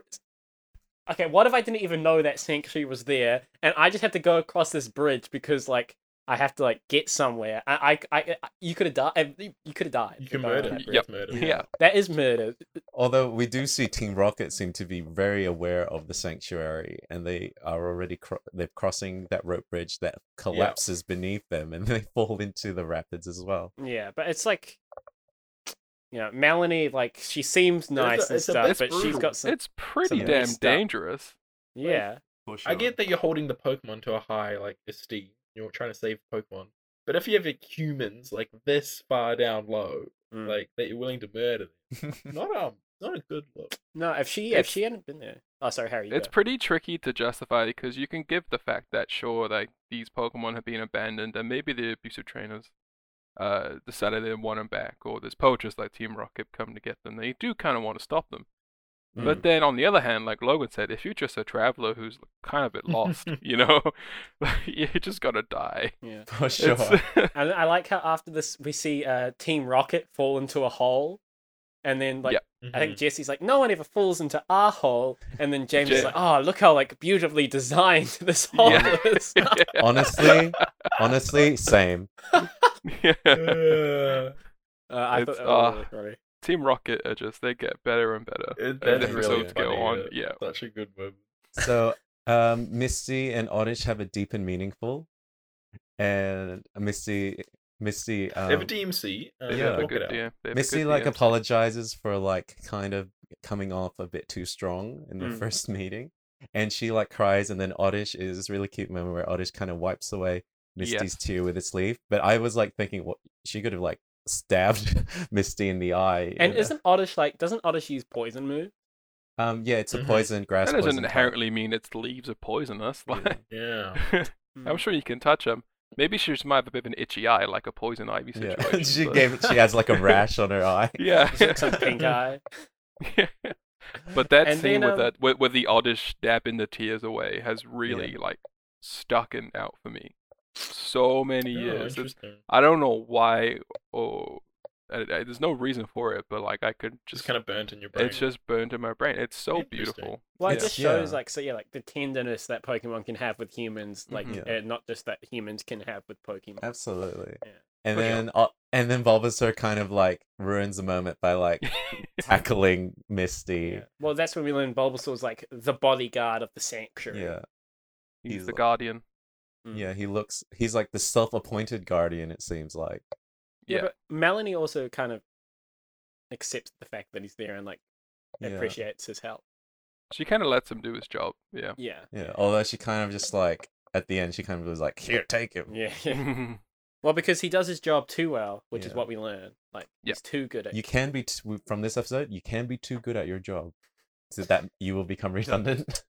Speaker 3: okay, what if I didn't even know that sanctuary was there, and I just had to go across this bridge because like. I have to like get somewhere. I, I, I I- you could have died. You could have died.
Speaker 1: you
Speaker 3: if I
Speaker 1: can
Speaker 3: were
Speaker 1: murder
Speaker 3: that
Speaker 1: that's
Speaker 3: bridge.
Speaker 2: Yep.
Speaker 1: murder
Speaker 2: Yeah.
Speaker 3: That is murder.
Speaker 4: Although we do see Team Rocket seem to be very aware of the sanctuary, and they are already cro- they're crossing that rope bridge that collapses beneath them, and they fall into the rapids as well.
Speaker 3: Yeah, but it's like you know, Melanie, like she seems nice
Speaker 1: a-
Speaker 3: and
Speaker 1: it's a
Speaker 3: stuff,
Speaker 1: bit
Speaker 3: but she's
Speaker 1: brutal.
Speaker 3: got some.
Speaker 2: it's pretty damn
Speaker 3: some messed up-
Speaker 2: dangerous.
Speaker 3: yeah,
Speaker 5: For sure.
Speaker 1: I get that you're holding the Pokemon to a high like esteem. You're trying to save Pokemon, but if you have humans like this far down low,
Speaker 3: Mm.
Speaker 1: like that you're willing to murder, them, not um, not a good look.
Speaker 3: no. If she if
Speaker 2: It's-
Speaker 3: she hadn't been there, oh sorry, Harry. You
Speaker 2: It's
Speaker 3: go.
Speaker 2: pretty tricky to justify because you can give the fact that sure, like these Pokemon have been abandoned and maybe the abusive trainers uh decided they want them back, or there's poachers like Team Rocket come to get them. They do kind of want to stop them.
Speaker 4: Hmm.
Speaker 3: Mm.
Speaker 2: But then on the other hand, like Logan said, if you're just a traveler who's kind of a bit lost, you know, you just gotta die.
Speaker 3: yeah.
Speaker 4: for sure.
Speaker 2: It's-
Speaker 3: And I like how after this we see uh, Team Rocket fall into a hole, and then like
Speaker 2: Yeah.
Speaker 1: Mm-hmm.
Speaker 3: I
Speaker 4: Mm.
Speaker 3: think Jesse's like, no one ever falls into our hole, and then James is
Speaker 2: Ja-
Speaker 3: like, oh look how like beautifully designed this hole
Speaker 2: Yeah.
Speaker 3: is.
Speaker 4: honestly, honestly, same.
Speaker 1: Uh,
Speaker 2: yeah.
Speaker 1: Mhm.
Speaker 3: Uh, I
Speaker 2: It's-
Speaker 3: thought that was
Speaker 2: ah.
Speaker 3: really funny.
Speaker 2: Team Rocket are just they get better and better.
Speaker 1: It-
Speaker 2: as
Speaker 1: that's
Speaker 4: really
Speaker 2: episodes go
Speaker 1: funny,
Speaker 2: on.
Speaker 1: that-
Speaker 2: Yeah.
Speaker 1: Such a good moment.
Speaker 4: So, um, Misty and Oddish have a deep and meaningful, and Misty, Misty,
Speaker 1: they have a
Speaker 4: um,
Speaker 1: DMC. Uh,
Speaker 2: They
Speaker 1: yeah,
Speaker 2: have a
Speaker 1: look
Speaker 2: good
Speaker 1: it up.
Speaker 2: DM. They have a
Speaker 4: Misty
Speaker 2: good
Speaker 4: like
Speaker 2: DM.
Speaker 4: apologizes for like kind of coming off a bit too strong in the
Speaker 3: Mm.
Speaker 4: first meeting, and she like cries, and then Oddish is this really cute moment where Oddish kind of wipes away Misty's
Speaker 2: Yes.
Speaker 4: tear with a sleeve. But I was like thinking, what she could have like stabbed Misty in the eye.
Speaker 3: And
Speaker 4: you know?
Speaker 3: isn't Oddish like doesn't Oddish use poison move?
Speaker 4: um yeah, it's a
Speaker 1: Mhm.
Speaker 4: poison grass.
Speaker 2: Mm-hmm. That doesn't
Speaker 4: poison type.
Speaker 2: inherently mean its leaves are poisonous. Like,
Speaker 1: Yeah.
Speaker 3: Hmm.
Speaker 2: I'm sure you can touch them. Maybe she just might have a bit of an itchy eye, like a poison ivy
Speaker 4: Yeah.
Speaker 2: situation.
Speaker 4: she
Speaker 2: but-
Speaker 4: gave she has like a rash on her eye.
Speaker 2: yeah.
Speaker 3: She's got some pink eye.
Speaker 2: Yeah. But that
Speaker 3: And
Speaker 2: scene
Speaker 3: then,
Speaker 2: with
Speaker 3: um,
Speaker 2: that with, with the oddish dabbing the tears away has really like stuck in out for me. So many
Speaker 1: Oh,
Speaker 2: years. It's-
Speaker 1: interesting.
Speaker 2: I don't know why or I, I- there's no reason for it, but like I could
Speaker 1: Just
Speaker 2: just
Speaker 1: kind of burnt in your brain.
Speaker 2: it's just burned in my brain. It's so
Speaker 1: Interesting.
Speaker 2: beautiful.
Speaker 3: Well, it
Speaker 4: Yeah.
Speaker 3: just shows
Speaker 4: Yeah.
Speaker 3: like so yeah, like the tenderness that Pokemon can have with humans, like
Speaker 4: Mhm.
Speaker 3: uh, not just that humans can have with Pokemon.
Speaker 4: Absolutely.
Speaker 3: Yeah.
Speaker 4: And
Speaker 2: For sure.
Speaker 4: then uh, and then Bulbasaur kind of like ruins the moment by like tackling Misty.
Speaker 3: Yeah. Well, that's when we learn Bulbasaur's like the bodyguard of the
Speaker 4: Yeah.
Speaker 3: sanctuary.
Speaker 4: Yeah.
Speaker 2: He's,
Speaker 4: He's
Speaker 2: the
Speaker 4: like-
Speaker 2: guardian.
Speaker 3: Mm.
Speaker 4: he looks he's like the self-appointed guardian it seems like.
Speaker 3: Yeah,
Speaker 2: Yeah.
Speaker 3: but Melanie also kind of accepts the fact that he's there and like
Speaker 4: Yeah.
Speaker 3: appreciates his help.
Speaker 2: She kind of lets him do his job. Yeah.
Speaker 3: Yeah.
Speaker 4: Yeah, although she kind of just like at the end she kind of was like, "Here, take him."
Speaker 3: Yeah. yeah. Well, because he does his job too well, which is
Speaker 4: Yeah.
Speaker 3: what we learn. Like
Speaker 2: Yeah.
Speaker 3: he's too good at.
Speaker 4: You can be t- from this episode, you can be too good at your job so that you will become redundant.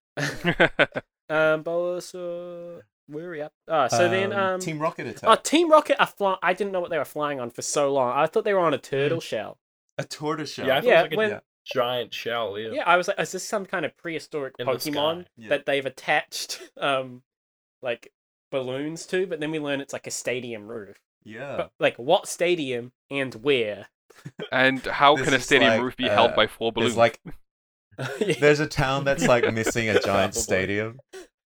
Speaker 3: Um, Bulbasaur, where are we up? Ah, so then um,
Speaker 4: Team Rocket
Speaker 3: Oh,
Speaker 4: attack.
Speaker 3: Team Rocket are flying. I didn't know what they were flying on for so long. I thought they were on a turtle shell.
Speaker 4: a tortoise shell.
Speaker 1: yeah, I thought
Speaker 3: Yeah,
Speaker 1: it was like a
Speaker 3: when-
Speaker 1: giant shell. Yeah.
Speaker 3: Yeah, I was like, is this some kind of prehistoric
Speaker 1: In the
Speaker 3: Pokemon
Speaker 1: sky,
Speaker 5: yeah.
Speaker 3: that they've attached um, like balloons to? But then we learn it's like a stadium roof.
Speaker 5: Yeah.
Speaker 3: But like, what stadium and where?
Speaker 2: and how
Speaker 4: This
Speaker 2: can a
Speaker 4: is
Speaker 2: stadium
Speaker 4: like,
Speaker 2: roof be
Speaker 4: uh,
Speaker 2: held by four balloons?
Speaker 4: There's like
Speaker 3: yeah,
Speaker 4: there's a town that's like missing a giant
Speaker 3: Oh,
Speaker 1: Probably.
Speaker 4: stadium.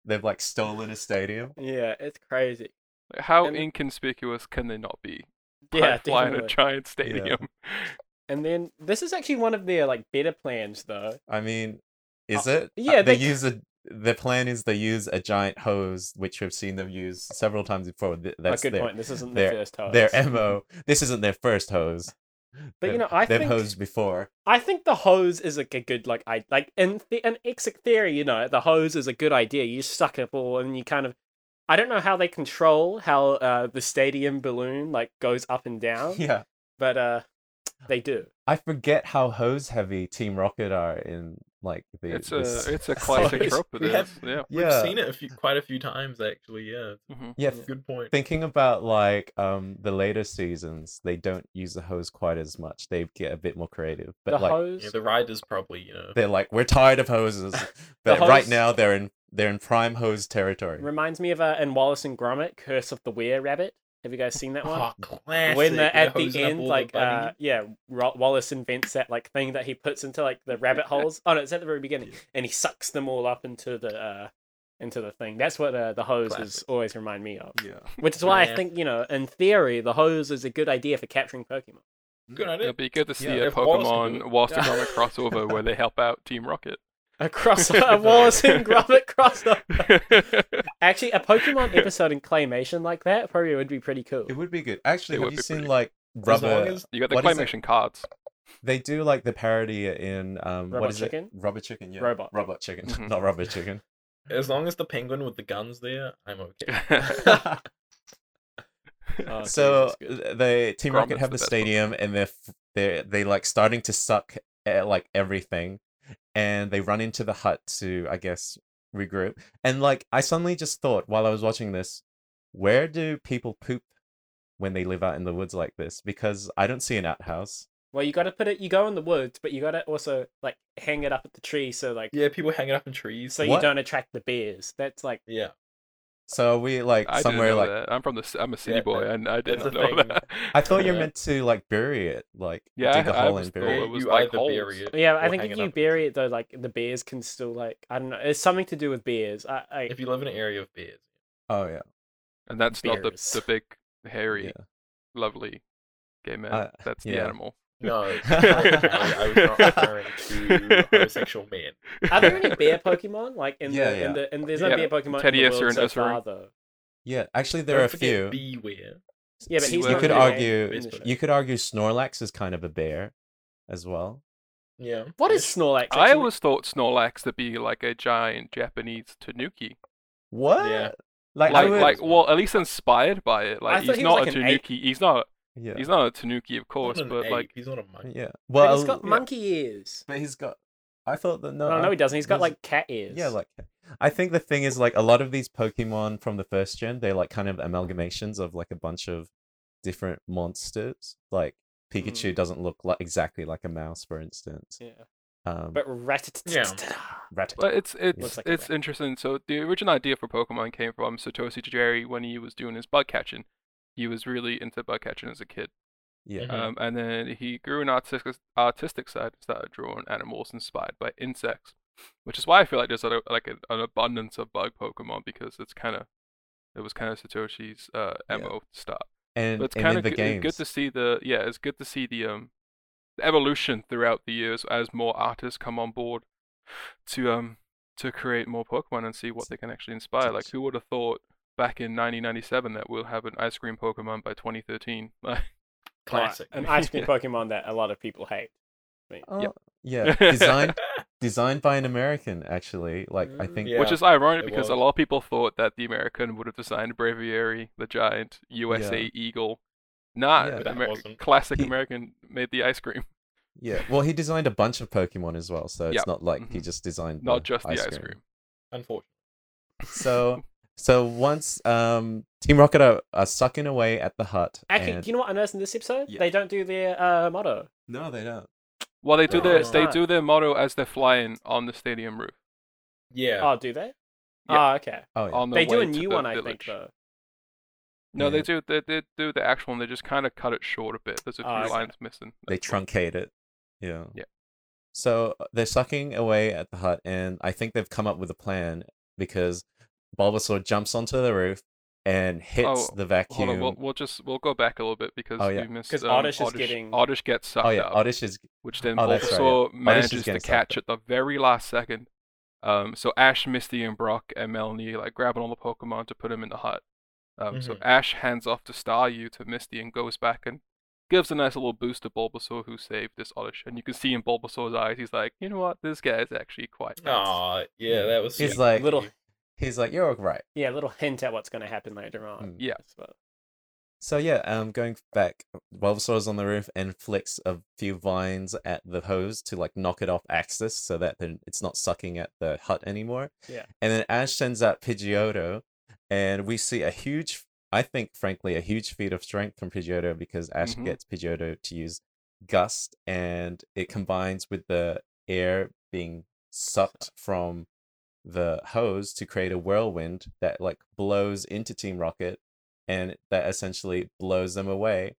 Speaker 4: They've like stolen a stadium.
Speaker 3: it's crazy.
Speaker 2: Like, How
Speaker 3: and-
Speaker 2: inconspicuous can they not be? by
Speaker 3: Yeah,
Speaker 2: flying a
Speaker 3: definitely.
Speaker 2: giant stadium.
Speaker 3: And then this is actually one of their like better plans, though.
Speaker 4: I mean, is it? Uh,
Speaker 3: Oh, yeah,
Speaker 4: they,
Speaker 3: they-
Speaker 4: use a. The plan is they use a giant hose, which we've seen them use several times before. Th- That's
Speaker 3: oh, good
Speaker 4: their,
Speaker 3: point. This isn't
Speaker 4: their-
Speaker 3: the first time.
Speaker 4: their mo. This isn't their first hose.
Speaker 3: Oh, But you
Speaker 4: They've-
Speaker 3: know, I
Speaker 4: they've
Speaker 3: think
Speaker 4: hosed before.
Speaker 3: I think the hose is like a good like I like in the in exit theory, you know, the hose is a good idea. You suck it all and you kind of I don't know how they control how uh, the stadium balloon like goes up and down,
Speaker 4: Yeah,
Speaker 3: but uh they do.
Speaker 4: I forget how hose heavy Team Rocket are in like the.
Speaker 2: It's uh,
Speaker 4: this-
Speaker 2: a it's a classic
Speaker 1: Sorry.
Speaker 2: trope. It
Speaker 1: We
Speaker 2: is.
Speaker 1: have-
Speaker 2: Yeah.
Speaker 1: We've
Speaker 4: Yeah.
Speaker 1: seen it a few, quite a few times actually. Yeah.
Speaker 2: hmm
Speaker 4: yeah.
Speaker 1: It's a Good point.
Speaker 4: Thinking about like um the later seasons, they don't use the hose quite as much. They get a bit more creative, but
Speaker 3: the
Speaker 4: like
Speaker 3: hose
Speaker 1: Yeah, the riders probably, you know.
Speaker 4: they're like we're tired of hoses but right
Speaker 3: hose-
Speaker 4: now they're in they're in prime hose territory
Speaker 3: reminds me of uh, in Wallace and Gromit, Curse of the Were Rabbit. Have you guys seen that one?
Speaker 1: Oh, classic.
Speaker 3: when
Speaker 1: they're
Speaker 3: the, at the
Speaker 1: hosing up
Speaker 3: end,
Speaker 1: all
Speaker 3: like, uh,
Speaker 1: bunnies.
Speaker 3: yeah, Ro- Wallace invents that like thing that he puts into like the rabbit holes. Oh no, it's at the very beginning, and he sucks them all up into the uh, into the thing. That's what uh, the hose is
Speaker 1: Classic.
Speaker 3: always remind me of.
Speaker 5: yeah.
Speaker 3: Which is why I
Speaker 1: Yeah.
Speaker 3: think you know, in theory, the hose is a good idea for capturing Pokemon.
Speaker 1: good idea.
Speaker 2: It'll be good to see
Speaker 1: Yeah,
Speaker 2: a
Speaker 1: if Wallace can do
Speaker 2: Pokemon
Speaker 1: it.
Speaker 2: Wallace and
Speaker 1: Yeah.
Speaker 2: Gromit crossover where they help out Team Rocket.
Speaker 3: A crossover, a Wallace and Gromit crossover. Actually, a Pokemon episode in claymation like that probably would be pretty cool.
Speaker 4: it would be good actually
Speaker 2: It
Speaker 4: have
Speaker 2: would
Speaker 4: you
Speaker 2: be
Speaker 4: seen
Speaker 2: pretty-
Speaker 4: like
Speaker 1: as long
Speaker 4: rubber
Speaker 1: as
Speaker 2: you got the
Speaker 4: What is it?
Speaker 2: claymation cards.
Speaker 4: they do like the parody in um
Speaker 3: Robot
Speaker 4: what is
Speaker 3: Chicken?
Speaker 4: it? Robot Chicken, yeah.
Speaker 3: Robot.
Speaker 4: Robot Chicken,
Speaker 2: Mhm.
Speaker 4: not Robot Chicken.
Speaker 1: As long as the penguin with the guns there, I'm okay.
Speaker 3: Oh, okay,
Speaker 4: so
Speaker 3: that's good.
Speaker 4: they Team Rocket
Speaker 2: Gromit's
Speaker 4: have
Speaker 2: the
Speaker 4: the,
Speaker 2: best one.
Speaker 4: stadium, and they're f- they they like starting to suck at like everything, and they run into the hut to I guess regroup. And like I suddenly just thought while I was watching this, where do people poop when they live out in the woods like this? Because I don't see an outhouse.
Speaker 3: well, you gotta put it. You go in the woods, but you gotta also like hang it up at the tree, so like
Speaker 1: Yeah, people hanging up in trees.
Speaker 3: so you
Speaker 4: What?
Speaker 3: don't attract the bears. That's like
Speaker 1: yeah,
Speaker 4: So are we like
Speaker 2: I didn't
Speaker 4: somewhere
Speaker 2: know
Speaker 4: like
Speaker 2: that. I'm from the. c- I'm a city
Speaker 1: Yeah,
Speaker 2: boy,
Speaker 1: that-
Speaker 2: and I did
Speaker 1: that's
Speaker 2: not
Speaker 1: the
Speaker 2: know
Speaker 1: thing.
Speaker 2: that.
Speaker 4: I thought you
Speaker 1: Yeah.
Speaker 4: meant to like bury it, like
Speaker 2: Yeah,
Speaker 4: dig a
Speaker 2: I- I
Speaker 4: hole
Speaker 2: was
Speaker 4: and
Speaker 2: thought
Speaker 4: bury
Speaker 2: it
Speaker 4: it.
Speaker 2: was
Speaker 1: you
Speaker 2: like
Speaker 1: either
Speaker 2: holes.
Speaker 1: bury it.
Speaker 3: yeah. I
Speaker 1: or
Speaker 3: think
Speaker 1: hang
Speaker 3: if
Speaker 1: it
Speaker 3: you
Speaker 1: up.
Speaker 3: bury it though, like the bears can still like I don't know. It's something to do with bears. I, I
Speaker 1: If you live in an area of bears,
Speaker 4: Oh yeah.
Speaker 2: And that's not the,
Speaker 3: Bears.
Speaker 2: the big, hairy,
Speaker 4: yeah.
Speaker 2: lovely gay man.
Speaker 4: Uh,
Speaker 2: that's the
Speaker 4: yeah.
Speaker 2: animal.
Speaker 1: no, I, I was not referring to homosexual men.
Speaker 3: Are there any bear Pokemon like in
Speaker 4: Yeah,
Speaker 3: the
Speaker 4: yeah.
Speaker 3: in the and there's no
Speaker 2: Yeah,
Speaker 3: bear Pokemon in
Speaker 2: Teddies
Speaker 3: the
Speaker 2: are
Speaker 3: world
Speaker 2: in
Speaker 3: so
Speaker 2: Ursarine.
Speaker 3: far though.
Speaker 4: Yeah, actually there
Speaker 1: Don't
Speaker 4: are a
Speaker 1: forget
Speaker 4: few.
Speaker 1: Beware.
Speaker 3: Yeah, but
Speaker 2: See,
Speaker 3: he's
Speaker 2: you
Speaker 3: not
Speaker 2: could
Speaker 3: really named
Speaker 4: argue-
Speaker 3: in the show.
Speaker 4: You could argue Snorlax is kind of a bear as well.
Speaker 1: Yeah.
Speaker 3: What is Snorlax?
Speaker 2: I
Speaker 3: actually?
Speaker 2: always thought Snorlax to be like a giant Japanese Tanuki.
Speaker 4: What?
Speaker 1: Yeah.
Speaker 4: Like, I
Speaker 2: Like,
Speaker 4: would,
Speaker 2: like, well, at least inspired by it.
Speaker 3: I
Speaker 2: Like,
Speaker 3: thought
Speaker 2: he's
Speaker 3: he was
Speaker 2: not
Speaker 3: like
Speaker 2: a
Speaker 3: an ape.
Speaker 2: Tanuki. He's not.
Speaker 4: yeah.
Speaker 2: He's not a Tanuki, of course,
Speaker 1: He's not an
Speaker 2: but
Speaker 1: ape,
Speaker 2: like,
Speaker 1: he's not a monkey.
Speaker 4: yeah.
Speaker 3: But
Speaker 4: Well,
Speaker 3: he's got
Speaker 4: yeah,
Speaker 3: monkey ears.
Speaker 4: But he's got. I thought that no.
Speaker 3: No,
Speaker 4: I-
Speaker 3: no, he doesn't. He's got
Speaker 4: there's-
Speaker 3: like cat ears.
Speaker 4: Yeah, like I think the thing is like a lot of these Pokemon from the first gen, they're like kind of amalgamations of like a bunch of different monsters. Like
Speaker 2: Mm-hmm.
Speaker 4: Pikachu doesn't look like exactly like a mouse, for instance.
Speaker 3: yeah.
Speaker 4: Um,
Speaker 3: But rat.
Speaker 1: Yeah.
Speaker 4: Rat-
Speaker 2: but it's it's
Speaker 3: Looks like a
Speaker 2: it's
Speaker 3: rat.
Speaker 2: interesting. So the original idea for Pokemon came from Satoshi Tajiri when he was doing his bug catching. He was really into bug catching as a kid.
Speaker 4: yeah,
Speaker 1: Mhm.
Speaker 2: Um, and then he grew an artistic artistic side and started drawing animals inspired by insects, which is why I feel like there's a, like a, an abundance of bug Pokemon because it's kind of it was kind of Satoshi's uh,
Speaker 4: Yeah.
Speaker 2: mo to start.
Speaker 4: and,
Speaker 2: But it's
Speaker 4: and
Speaker 2: kind
Speaker 4: in
Speaker 2: of
Speaker 4: the
Speaker 2: good,
Speaker 4: games,
Speaker 2: good to see the yeah, it's good to see the um the evolution throughout the years as more artists come on board to um to create more Pokemon and see what they can actually inspire. Like who would have thought back in 1997 that we'll have an ice cream Pokemon by 2013? Like,
Speaker 1: Classic.
Speaker 3: An ice cream Pokemon that a lot of people hate.
Speaker 4: Oh,
Speaker 2: Yep.
Speaker 4: yeah, designed designed by an American actually. Like I
Speaker 3: Mm,
Speaker 4: think
Speaker 1: yeah.
Speaker 2: Which is ironic
Speaker 1: it
Speaker 2: because a
Speaker 1: was.
Speaker 2: lot of people thought that the American would have designed Braviary, the giant USA eagle. Not
Speaker 4: Yeah.
Speaker 1: But that
Speaker 2: Amer-
Speaker 1: wasn't.
Speaker 2: classic
Speaker 4: He-
Speaker 2: American made the ice cream,
Speaker 4: yeah. Well, he designed a bunch of Pokemon as well, so it's
Speaker 2: Yep.
Speaker 4: not like he
Speaker 2: Mhm.
Speaker 4: just designed
Speaker 2: not just the ice cream.
Speaker 1: Unfortunately.
Speaker 4: So so once um Team Rocket are, are sucking away at the hut.
Speaker 3: Actually,
Speaker 4: and-
Speaker 3: you know what I noticed in this episode?
Speaker 4: Yeah.
Speaker 3: They don't do their uh, motto.
Speaker 4: no, they don't.
Speaker 2: Well, they do
Speaker 1: No,
Speaker 2: their
Speaker 1: it's
Speaker 2: they
Speaker 3: not.
Speaker 2: do their motto as they're flying on the stadium roof
Speaker 1: Yeah.
Speaker 3: Oh, do they?
Speaker 2: Yeah.
Speaker 3: Oh, okay.
Speaker 4: Oh yeah.
Speaker 2: on the
Speaker 3: they do
Speaker 2: way
Speaker 3: a
Speaker 2: to
Speaker 3: new
Speaker 2: the
Speaker 3: one, I think,
Speaker 2: village.
Speaker 3: though.
Speaker 2: No, they
Speaker 4: Yeah.
Speaker 2: do they, they do the actual one. They just kind of cut it short a bit. There's a few
Speaker 3: Oh, okay.
Speaker 2: lines missing.
Speaker 4: they
Speaker 2: That's all.
Speaker 4: truncate it. Yeah.
Speaker 2: Yeah.
Speaker 4: So uh, they're sucking away at the hut, and I think they've come up with a plan because Bulbasaur jumps onto the roof and hits
Speaker 2: Oh,
Speaker 4: the
Speaker 2: Hold
Speaker 4: vacuum.
Speaker 2: on, we'll, we'll just we'll go back a little bit because
Speaker 4: Oh, yeah.
Speaker 2: we missed.
Speaker 3: 'Cause
Speaker 2: um,
Speaker 3: Oddish is getting-
Speaker 2: Oddish gets sucked
Speaker 4: oh yeah,
Speaker 2: up.
Speaker 4: Oddish is
Speaker 2: which then
Speaker 4: Oh, that's right, yeah.
Speaker 2: Bulbasaur
Speaker 4: just
Speaker 2: manages to
Speaker 4: getting sucked
Speaker 2: catch
Speaker 4: up.
Speaker 2: at the very last second. Um, so Ash, Misty, and Brock and Melanie like grabbing all the Pokemon to put them in the hut. Um, So
Speaker 4: Mm-hmm.
Speaker 1: Mhm.
Speaker 2: Ash hands off to Staryu to Misty and goes back and gives a nice little boost to Bulbasaur who saved this Oddish. And you can see in Bulbasaur's eyes, he's like, you know what, this guy is actually quite. nice."
Speaker 1: Aw, yeah, that was.
Speaker 4: Oh, he's
Speaker 1: sweet.
Speaker 4: like
Speaker 3: little,
Speaker 4: he's like you're all right.
Speaker 3: yeah, little hint at what's going to happen later on.
Speaker 4: Mm.
Speaker 2: Yeah.
Speaker 3: I suppose.
Speaker 4: So yeah, um, going back, Bulbasaur's on the roof and flicks a few vines at the hose to like knock it off axis so that then it's not sucking at the hut anymore.
Speaker 3: Yeah.
Speaker 4: And then Ash sends out Pidgeotto, and we see a huge, I think, frankly, a huge feat of strength from Pidgeotto because Ash
Speaker 2: Mhm.
Speaker 4: gets Pidgeotto to use Gust, and it combines with the air being sucked from the hose to create a whirlwind that like blows into Team Rocket and that essentially blows them away.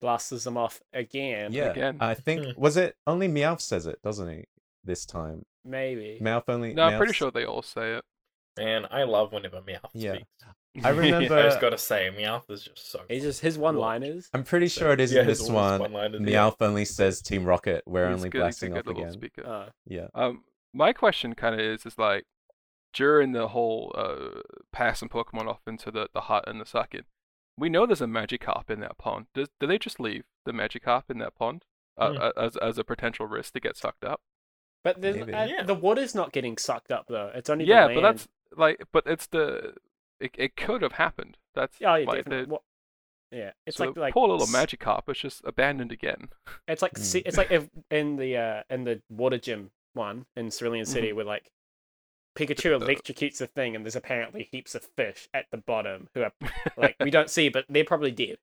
Speaker 3: Blasts them off again.
Speaker 4: Yeah.
Speaker 2: Again.
Speaker 4: I think
Speaker 1: Hmm.
Speaker 4: was it only Meowth says it, doesn't he? This time.
Speaker 3: Maybe.
Speaker 4: Meowth only
Speaker 2: no, I'm pretty
Speaker 4: Meowth's-
Speaker 2: sure they all say it.
Speaker 1: man, I love whenever Meowth
Speaker 4: Yeah.
Speaker 1: speaks.
Speaker 4: I
Speaker 1: I
Speaker 4: remember
Speaker 1: just gotta say, Meowth is just so.
Speaker 3: He's just his one-liners.
Speaker 4: I'm pretty sure it is
Speaker 1: Yeah,
Speaker 4: in
Speaker 1: his
Speaker 4: this
Speaker 1: always
Speaker 4: one.
Speaker 1: one-liners, yeah.
Speaker 4: Meowth only says Team Rocket, we're
Speaker 2: He's
Speaker 4: only
Speaker 2: good- he's a
Speaker 4: blasting
Speaker 2: good
Speaker 4: off
Speaker 2: little
Speaker 4: again.
Speaker 2: speaker.
Speaker 3: Uh,
Speaker 4: Yeah.
Speaker 2: Um, my question kind of is is like during the whole uh, passing Pokemon off into the, the hut and the sucking, we know there's a Magikarp in that pond. Does, do they just leave the Magikarp in that pond?
Speaker 3: Mm.
Speaker 2: uh, as as a potential risk to get sucked up.
Speaker 3: But the,
Speaker 4: Maybe.
Speaker 3: uh,
Speaker 1: Yeah.
Speaker 3: the water's not getting sucked up though. It's only
Speaker 2: Yeah,
Speaker 3: the
Speaker 2: but
Speaker 3: land.
Speaker 2: that's like, but it's the it, it could have happened. That's
Speaker 3: oh yeah,
Speaker 2: like,
Speaker 3: definitely.
Speaker 2: the-
Speaker 3: What- yeah, it's
Speaker 2: so
Speaker 3: like like
Speaker 2: poor little
Speaker 3: s-
Speaker 2: Magikarp is just abandoned again.
Speaker 3: It's like se-
Speaker 4: Mm.
Speaker 3: it's like if in the uh, in the water gym one in Cerulean
Speaker 1: Mm-hmm.
Speaker 3: City where like Pikachu
Speaker 2: the-
Speaker 3: electrocutes the thing and there's apparently heaps of fish at the bottom who are like we don't see but they're probably dead.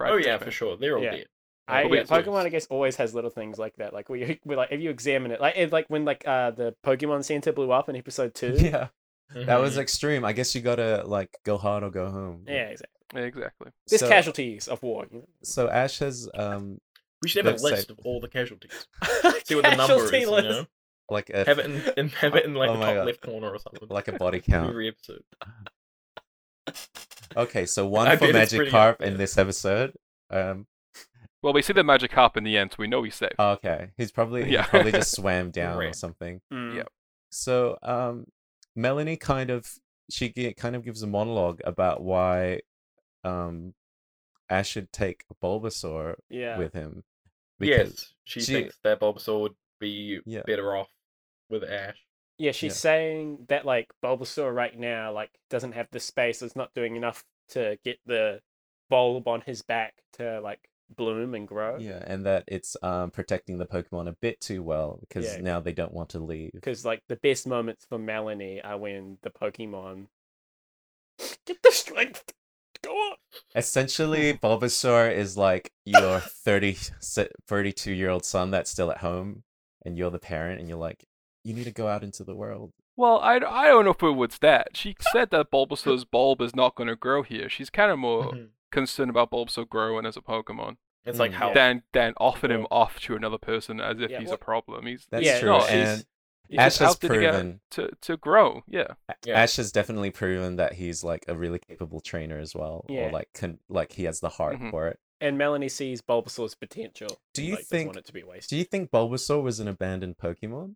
Speaker 2: Right?
Speaker 1: oh yeah,
Speaker 2: That's
Speaker 1: for
Speaker 2: fair.
Speaker 1: sure. They're all
Speaker 3: Yeah.
Speaker 1: dead.
Speaker 3: I,
Speaker 1: Probably
Speaker 3: yeah,
Speaker 1: it's worse.
Speaker 3: Pokemon, I guess, always has little things like that. Like we, we like if you examine it, like it, like when like uh the Pokemon Center blew up in episode two.
Speaker 4: Yeah, that was
Speaker 2: Mm-hmm.
Speaker 1: Mhm.
Speaker 4: extreme. I guess you gotta like go hard or go home.
Speaker 3: yeah, exactly.
Speaker 2: Yeah, exactly.
Speaker 3: There's
Speaker 4: So-
Speaker 3: casualties of war. You
Speaker 4: So Ash has um
Speaker 1: We should have
Speaker 4: That's
Speaker 1: a list
Speaker 4: safe.
Speaker 1: of all the casualties.
Speaker 3: know?
Speaker 1: See what the number is.
Speaker 3: Casualty
Speaker 1: You
Speaker 3: list.
Speaker 1: know,
Speaker 4: like a
Speaker 1: have it in, in have it in like
Speaker 4: Oh
Speaker 1: the
Speaker 4: my
Speaker 1: top
Speaker 4: God.
Speaker 1: left corner or something.
Speaker 4: like a body count.
Speaker 1: every episode.
Speaker 4: Okay, so one
Speaker 1: I
Speaker 4: for
Speaker 1: bet it's pretty
Speaker 4: Magikarp
Speaker 1: up there.
Speaker 4: in this episode. Um,
Speaker 2: Well, we see the Magikarp in the end, so we know he's safe.
Speaker 4: okay, he's probably he
Speaker 2: Yeah.
Speaker 4: probably just swam down or
Speaker 1: Right.
Speaker 4: something.
Speaker 3: Mm.
Speaker 2: Yeah.
Speaker 4: So um, Melanie kind of she gi- kind of gives a monologue about why um Ash should take Bulbasaur
Speaker 3: Yeah.
Speaker 4: with him.
Speaker 1: yes, she,
Speaker 4: she-
Speaker 1: thinks that Bulbasaur would be
Speaker 4: Yeah.
Speaker 1: better off with Ash.
Speaker 3: Yeah, she's
Speaker 4: Yeah.
Speaker 3: saying that like Bulbasaur right now like doesn't have the space. It's not doing enough to get the bulb on his back to like bloom and grow.
Speaker 4: Yeah, and that it's um protecting the Pokemon a bit too well because
Speaker 3: Yeah.
Speaker 4: now they don't want to leave.
Speaker 3: Because like the best moments for Melanie are when the Pokemon get the strength. to Go on.
Speaker 4: Essentially, Bulbasaur is like your 30, 32 year old son that's still at home, and you're the parent, and you're like, you need to go out into the world.
Speaker 2: Well, I, I don't know if it was that. She said that Bulbasaur's bulb is not going to grow here. She's kind of more
Speaker 1: Mhm.
Speaker 2: concerned about Bulbasaur growing as a Pokemon
Speaker 1: It's like
Speaker 4: Mm.
Speaker 1: how
Speaker 2: than than offering him
Speaker 1: Well-
Speaker 2: off to another person as if
Speaker 3: Yeah,
Speaker 2: he's
Speaker 3: well-
Speaker 2: a problem. He's
Speaker 4: That's
Speaker 3: Yeah,
Speaker 4: true.
Speaker 2: no,
Speaker 4: and
Speaker 2: she's- he's
Speaker 4: Ash
Speaker 2: just
Speaker 4: has
Speaker 2: out there to get-
Speaker 4: proven-
Speaker 2: to, to grow. Yeah,
Speaker 1: Yeah.
Speaker 4: Ash has definitely proven that he's like a really capable trainer as well,
Speaker 3: Yeah. Mm-hmm.
Speaker 4: or like can like he has the heart
Speaker 2: Mhm.
Speaker 4: for it.
Speaker 3: And Melanie sees Bulbasaur's potential.
Speaker 4: Do
Speaker 3: and,
Speaker 4: you
Speaker 3: like, doesn't
Speaker 4: think-
Speaker 3: want it to be wasted?
Speaker 4: Do you think Bulbasaur was an abandoned Pokemon?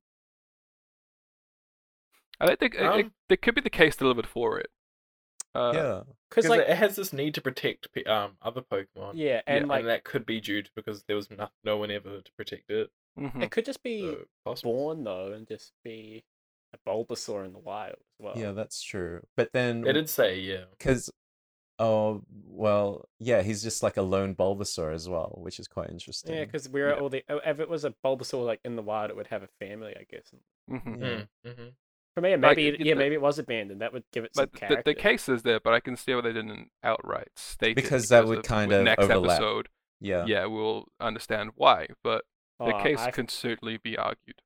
Speaker 2: I think there, it- it-
Speaker 1: Um,
Speaker 2: there could be the case delivered for it. Uh,
Speaker 4: yeah,
Speaker 3: Because
Speaker 1: because
Speaker 3: like
Speaker 1: it has this need to protect pe- um other Pokemon.
Speaker 3: yeah, and like
Speaker 1: and that could be due to because there was no, no one ever to protect it.
Speaker 2: mhm.
Speaker 3: it could just be
Speaker 1: So possible.
Speaker 3: born though and just be a Bulbasaur in the wild as well.
Speaker 4: yeah, that's true. But then
Speaker 1: They did say, yeah.
Speaker 4: because oh well yeah he's just like a lone bulbasaur as well which is quite interesting
Speaker 3: Yeah, because we're
Speaker 2: Yeah.
Speaker 3: all the. oh, If it was a Bulbasaur like in the wild, it would have a family, I guess.
Speaker 2: mhm.
Speaker 4: Yeah.
Speaker 1: Mm-hmm.
Speaker 3: For me,
Speaker 2: Like,
Speaker 3: maybe
Speaker 2: it-
Speaker 3: it- yeah,
Speaker 2: the-
Speaker 3: maybe it was abandoned. That would give it some
Speaker 2: But the,
Speaker 3: character.
Speaker 2: the case is there, but I can see why they didn't outright state it
Speaker 4: Because that would
Speaker 2: of-
Speaker 4: kind
Speaker 2: with
Speaker 4: of
Speaker 2: next
Speaker 4: overlap.
Speaker 2: episode.
Speaker 4: yeah
Speaker 2: yeah, we'll understand why. But the
Speaker 3: Oh,
Speaker 2: case
Speaker 3: I,
Speaker 2: can certainly be argued.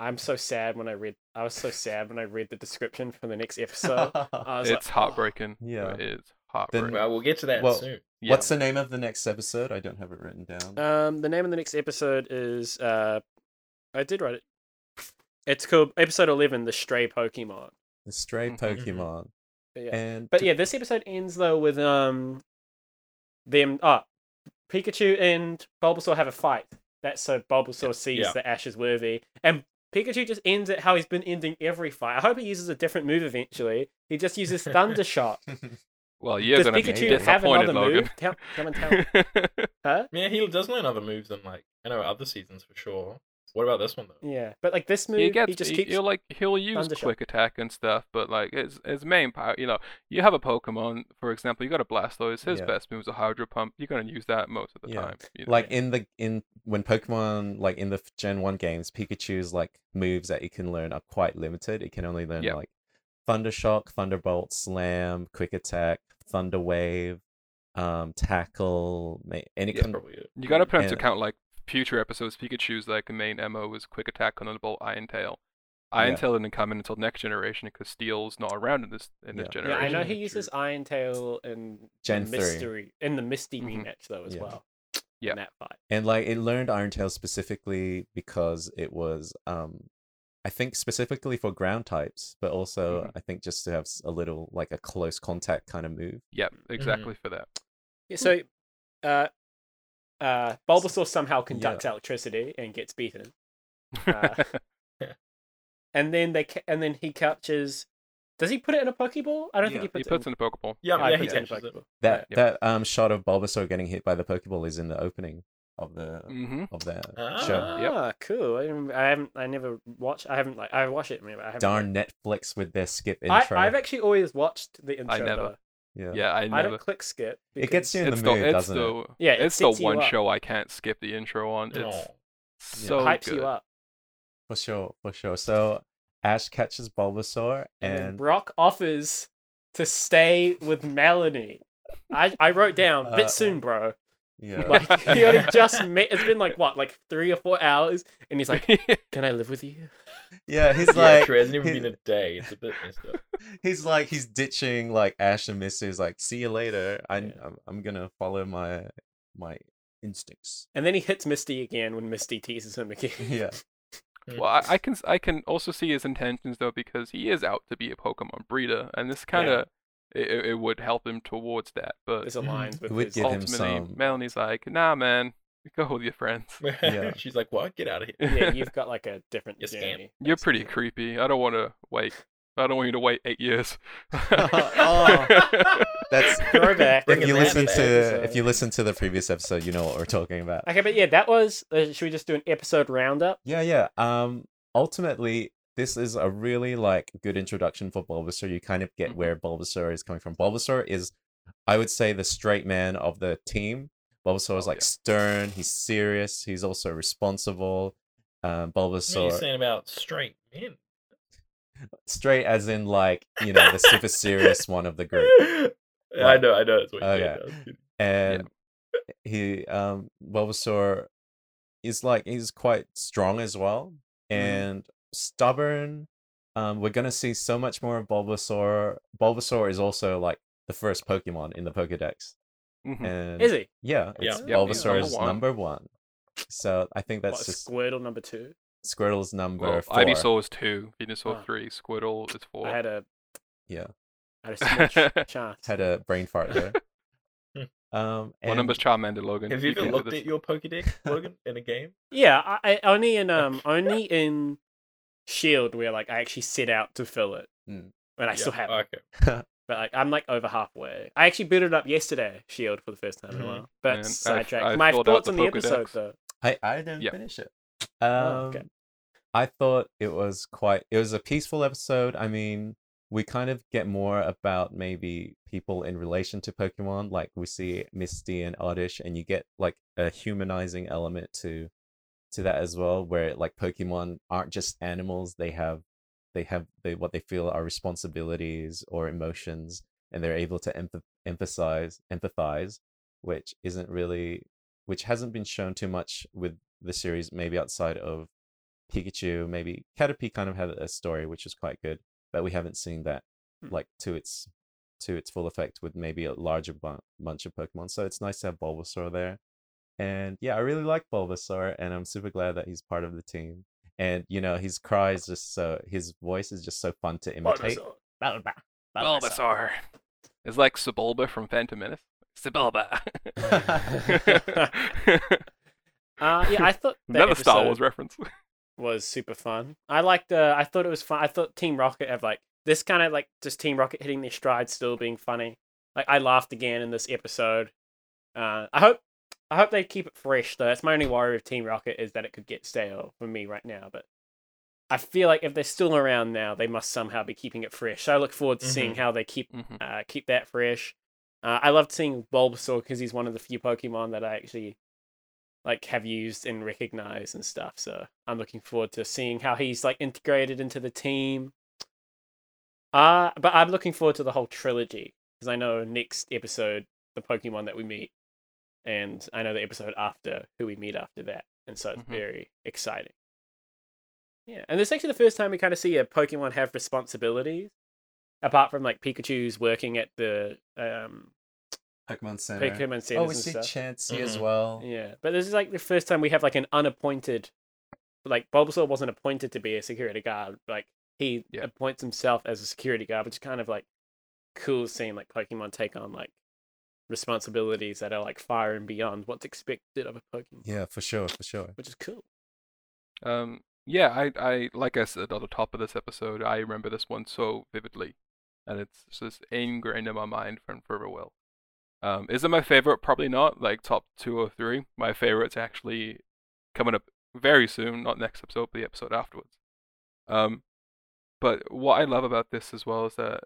Speaker 3: I'm so sad when I read. I was so sad when I read the description for the next episode. I was like, "Oh."
Speaker 2: It's heartbreaking.
Speaker 4: Yeah.
Speaker 2: it is heartbreaking.
Speaker 1: Well, we'll get to that
Speaker 4: Well,
Speaker 1: soon.
Speaker 2: yeah.
Speaker 4: what's the name of the next episode i don't have it written down
Speaker 3: Um, the name of the next episode is. Uh, I did write it. It's called episode eleven, the stray Pokemon.
Speaker 4: the stray
Speaker 2: Mhm.
Speaker 4: pokemon
Speaker 3: mm-hmm. But yeah.
Speaker 4: and
Speaker 3: But yeah, this episode ends though with um them ah Pikachu and Bulbasaur have a fight. That's so Bulbasaur sees
Speaker 1: Yeah.
Speaker 3: that Ash is worthy, and Pikachu just ends it how he's been ending every fight. I hope he uses a different move eventually. He just uses Thunder Shot.
Speaker 2: Well, you're
Speaker 3: Does
Speaker 2: gonna be
Speaker 3: Pikachu have
Speaker 2: disappointed,
Speaker 3: another
Speaker 2: Logan.
Speaker 3: move? Tell, come and tell me. Huh?
Speaker 1: Yeah, he does learn other moves than like I know other seasons for sure. What about this one though?
Speaker 3: Yeah, but like this move,
Speaker 2: he
Speaker 3: he,
Speaker 2: gets.
Speaker 3: just
Speaker 2: he,
Speaker 3: keeps.
Speaker 2: will like he'll use
Speaker 3: Thunder Shot.
Speaker 2: quick attack and stuff, but like his his main power, you know, you have a Pokemon, for example, you got a Blastoise. His
Speaker 4: Yeah.
Speaker 2: best move is a Hydro Pump. You're gonna use that most of the
Speaker 4: Yeah.
Speaker 2: time. you know.
Speaker 4: like in the in when pokemon like in the f- gen 1 games pikachu's like moves that it can learn are quite limited it can only learn
Speaker 2: Yeah.
Speaker 4: like thunder shock thunderbolt slam quick attack thunder wave um tackle ma- and it
Speaker 1: That's
Speaker 4: can
Speaker 1: probably it.
Speaker 2: you gotta put into
Speaker 4: and-
Speaker 2: account like future episodes. Pikachu's like main mo is quick attack, Thunderbolt, Iron Tail. Iron
Speaker 4: Yeah.
Speaker 2: Tail didn't come in until next generation because Steel's not around in this in this
Speaker 4: Yeah.
Speaker 3: yeah,
Speaker 2: generation.
Speaker 3: I know he uses Iron Tail in
Speaker 4: Gen
Speaker 3: the
Speaker 4: three.
Speaker 3: mystery in the Misty
Speaker 2: Mhm.
Speaker 3: rematch though as
Speaker 4: Yeah.
Speaker 3: well.
Speaker 2: Yeah.
Speaker 3: in that fight.
Speaker 4: and like it learned Iron Tail specifically because it was um I think specifically for ground types, but also
Speaker 1: Mm-hmm.
Speaker 2: Mhm.
Speaker 4: I think just to have s- a little like a close contact kind of move.
Speaker 2: Yep, exactly for that. Hmm.
Speaker 3: Yeah, so uh, uh, Bulbasaur somehow conducts electricity and gets beaten, Uh, and then they ca- and then he captures. Does he put it in a Pokeball? I don't
Speaker 4: Yeah,
Speaker 3: think he
Speaker 2: he
Speaker 3: puts,
Speaker 2: puts
Speaker 3: it.
Speaker 2: in a Pokeball.
Speaker 1: Yeah, yeah,
Speaker 3: Oh, he
Speaker 1: he
Speaker 3: puts it in a
Speaker 1: catches it.
Speaker 3: Pokeball.
Speaker 4: That
Speaker 2: Yep.
Speaker 4: that um shot of Bulbasaur getting hit by the Pokeball is in the opening. of the
Speaker 2: Mm-hmm.
Speaker 4: of that
Speaker 1: Ah,
Speaker 4: show.
Speaker 2: Yep.
Speaker 3: Ah, cool. I, didn't- I haven't. I never watched. I haven't. Like, I watched it. Maybe I haven't.
Speaker 4: Darn Netflix with their skip
Speaker 3: I,
Speaker 4: intro.
Speaker 3: I've actually always watched the intro.
Speaker 2: never.
Speaker 3: though.
Speaker 4: yeah.
Speaker 2: Yeah, I
Speaker 3: I
Speaker 2: never.
Speaker 3: don't click skip.
Speaker 4: It gets you in
Speaker 2: it's
Speaker 4: the mood,
Speaker 2: the, it's
Speaker 4: doesn't it?
Speaker 2: the,
Speaker 3: Yeah, it
Speaker 2: it's the
Speaker 3: sets you
Speaker 2: one
Speaker 3: up.
Speaker 2: show I can't skip the intro on. It's
Speaker 1: no.
Speaker 2: so
Speaker 3: hypes
Speaker 2: good.
Speaker 3: you up.
Speaker 4: For sure, for sure. So Ash catches Bulbasaur
Speaker 3: And, then
Speaker 4: and
Speaker 3: Brock offers to stay with Melanie. I, I wrote down
Speaker 4: Uh,
Speaker 3: bit soon, bro.
Speaker 4: yeah.
Speaker 3: Like he only just met. It's been like what, like three or four hours, and he's like, "Can I live with you?"
Speaker 4: yeah, he's
Speaker 1: yeah,
Speaker 4: like
Speaker 1: true. It hasn't even
Speaker 4: he-
Speaker 1: been a day. It's a bit messed up.
Speaker 4: he's like he's ditching like Ash and Misty's like see you later. I
Speaker 3: Yeah.
Speaker 4: I'm, I'm going to follow my my instincts.
Speaker 3: And then he hits Misty again when Misty teases him again.
Speaker 4: Yeah.
Speaker 2: well, I, I can I can also see his intentions though because he is out to be a Pokemon breeder, and this kind of it, it- it would help him towards that. But
Speaker 3: There's a line with
Speaker 4: It would
Speaker 3: his-
Speaker 4: give him
Speaker 2: ultimately,
Speaker 4: some-
Speaker 2: Melanie's like, "Nah, man, go with your friends.
Speaker 4: Yeah.
Speaker 1: She's like, "What? Get out of here!"
Speaker 3: yeah, you've got like a different
Speaker 1: You're scammed.
Speaker 3: journey.
Speaker 2: You're pretty
Speaker 3: basically.
Speaker 2: creepy. I don't want to wait. I don't want you to wait eight years."
Speaker 4: Oh, That's
Speaker 3: Throwback.
Speaker 1: Bring
Speaker 4: if you
Speaker 1: it back
Speaker 4: listen
Speaker 1: to
Speaker 4: to
Speaker 3: episode.
Speaker 4: if you listen to the previous episode, you know what we're talking about.
Speaker 3: Okay, but yeah, that was. Uh, should we just do an episode roundup?
Speaker 4: Yeah, yeah. Um, ultimately, this is a really like good introduction for Bulbasaur. You kind of get
Speaker 2: Mhm.
Speaker 4: where Bulbasaur is coming from. Bulbasaur is, I would say, the straight man of the team. Bulbasaur is
Speaker 2: Oh,
Speaker 4: like
Speaker 2: yeah.
Speaker 4: stern. He's serious. He's also responsible.
Speaker 1: What
Speaker 4: Um,
Speaker 1: are you
Speaker 4: Bulbasaur
Speaker 1: saying about straight men?
Speaker 4: straight as in like you know the super serious one of the group.
Speaker 1: I
Speaker 4: Right.
Speaker 1: know, I know. That's what you
Speaker 4: Okay.
Speaker 1: said. I was kidding.
Speaker 4: and he um Bulbasaur is like he's quite strong as well
Speaker 2: Mm-hmm.
Speaker 4: and stubborn. Um, we're gonna see so much more of Bulbasaur. Bulbasaur is also like the first Pokemon in the Pokedex,
Speaker 2: Mhm.
Speaker 4: and
Speaker 3: Is he?
Speaker 4: yeah, it's
Speaker 2: Yeah, he's
Speaker 4: Bulbasaur
Speaker 2: number
Speaker 4: is
Speaker 2: one.
Speaker 4: number one. So I think that's
Speaker 3: What,
Speaker 4: just
Speaker 3: Squirtle number two.
Speaker 4: Squirtle's number
Speaker 2: Well,
Speaker 4: four.
Speaker 2: Ivysaur is two, Venusaur
Speaker 3: Ah.
Speaker 2: three, Squirtle is four.
Speaker 3: I had a
Speaker 4: Yeah.
Speaker 3: I had a small ch- chance.
Speaker 4: Had a brain fart there. um,
Speaker 2: What number's
Speaker 4: and-
Speaker 2: Charmander, Logan?
Speaker 1: Have you ever
Speaker 2: can do
Speaker 1: looked
Speaker 2: this.
Speaker 1: at your Pokedex, Logan, in a game?
Speaker 3: Yeah, I, I only in um only in Shield where like I actually set out to fill it, and
Speaker 4: Mm.
Speaker 3: I
Speaker 1: Yeah,
Speaker 3: still have, it,
Speaker 1: Okay.
Speaker 3: but like I'm like over halfway. I actually booted it up yesterday, Shield E for the first time in a
Speaker 1: Mhm.
Speaker 3: while.
Speaker 2: And
Speaker 3: But
Speaker 2: I've-
Speaker 3: sidetracked.
Speaker 2: I've
Speaker 3: My
Speaker 2: filled out
Speaker 3: thoughts
Speaker 2: the
Speaker 3: on the episode
Speaker 2: Pokedex.
Speaker 3: though.
Speaker 4: I I didn't
Speaker 2: Yeah.
Speaker 4: finish it. Um,
Speaker 3: Oh, okay.
Speaker 4: I thought it was quite. It was a peaceful episode. I mean, we kind of get more about maybe people in relation to Pokemon. Like we see Misty and Oddish, and you get like a humanizing element to to that as well, where like Pokemon aren't just animals. They have they have they what they feel are responsibilities or emotions, and they're able to emph- emphasize empathize, which isn't really which hasn't been shown too much with the series, maybe outside of Pikachu, maybe Caterpie kind of had a story which was quite good, but we haven't seen that
Speaker 3: Hmm.
Speaker 4: like to its to its full effect with maybe a larger bu- bunch of Pokemon. So it's nice to have Bulbasaur there, and yeah, I really like Bulbasaur, and I'm super glad that he's part of the team. And you know, his cry is just so his voice is just so fun to imitate.
Speaker 3: Bulbasaur. Bulba.
Speaker 2: Oh, Bulbasaur. It's like Sebulba from Phantom Menace. Sebulba.
Speaker 3: Uh, yeah, I thought that
Speaker 2: Another Star
Speaker 3: episode-
Speaker 2: Wars reference.
Speaker 3: was super fun. I liked. Uh, I thought it was fun. I thought Team Rocket have like this kind of like just Team Rocket hitting their stride, still being funny. Like I laughed again in this episode. Uh, I hope. I hope they keep it fresh though. That's my only worry with Team Rocket is that it could get stale for me right now. But I feel like if they're still around now, they must somehow be keeping it fresh. So I look forward to seeing how they keep
Speaker 2: Mhm.
Speaker 3: uh, keep that fresh. Uh, I loved seeing Bulbasaur because he's one of the few Pokemon that I actually like have used and recognize and stuff. So I'm looking forward to seeing how he's like integrated into the team. Uh, but I'm looking forward to the whole trilogy because I know next episode the Pokemon that we meet, and I know the episode after who we meet after that, and so it's
Speaker 2: Mhm.
Speaker 3: very exciting. Yeah, and this is actually the first time we kind of see a Pokemon have responsibilities apart from like Pikachu's working at the um
Speaker 4: Pokemon Center.
Speaker 3: Pokemon Center
Speaker 4: oh, we
Speaker 3: and
Speaker 4: see
Speaker 3: stuff.
Speaker 4: Chansey as
Speaker 1: Mhm.
Speaker 4: well.
Speaker 3: yeah, but this is like the first time we have like an unappointed, like Bulbasaur wasn't appointed to be a security guard. Like he
Speaker 2: Yeah.
Speaker 3: appoints himself as a security guard, which is kind of like cool seeing like Pokemon take on like responsibilities that are like far and beyond what's expected of a Pokemon,
Speaker 4: yeah, for sure, for sure.
Speaker 3: which is cool.
Speaker 2: Um, yeah, I, I, like I said on the top of this episode, I remember this one so vividly, and it's just ingrained in my mind from forever. Well, Um, is it my favorite? Probably not. Like top two or three. My favorite's actually coming up very soon. Not next episode, but the episode afterwards. Um, but what I love about this as well is that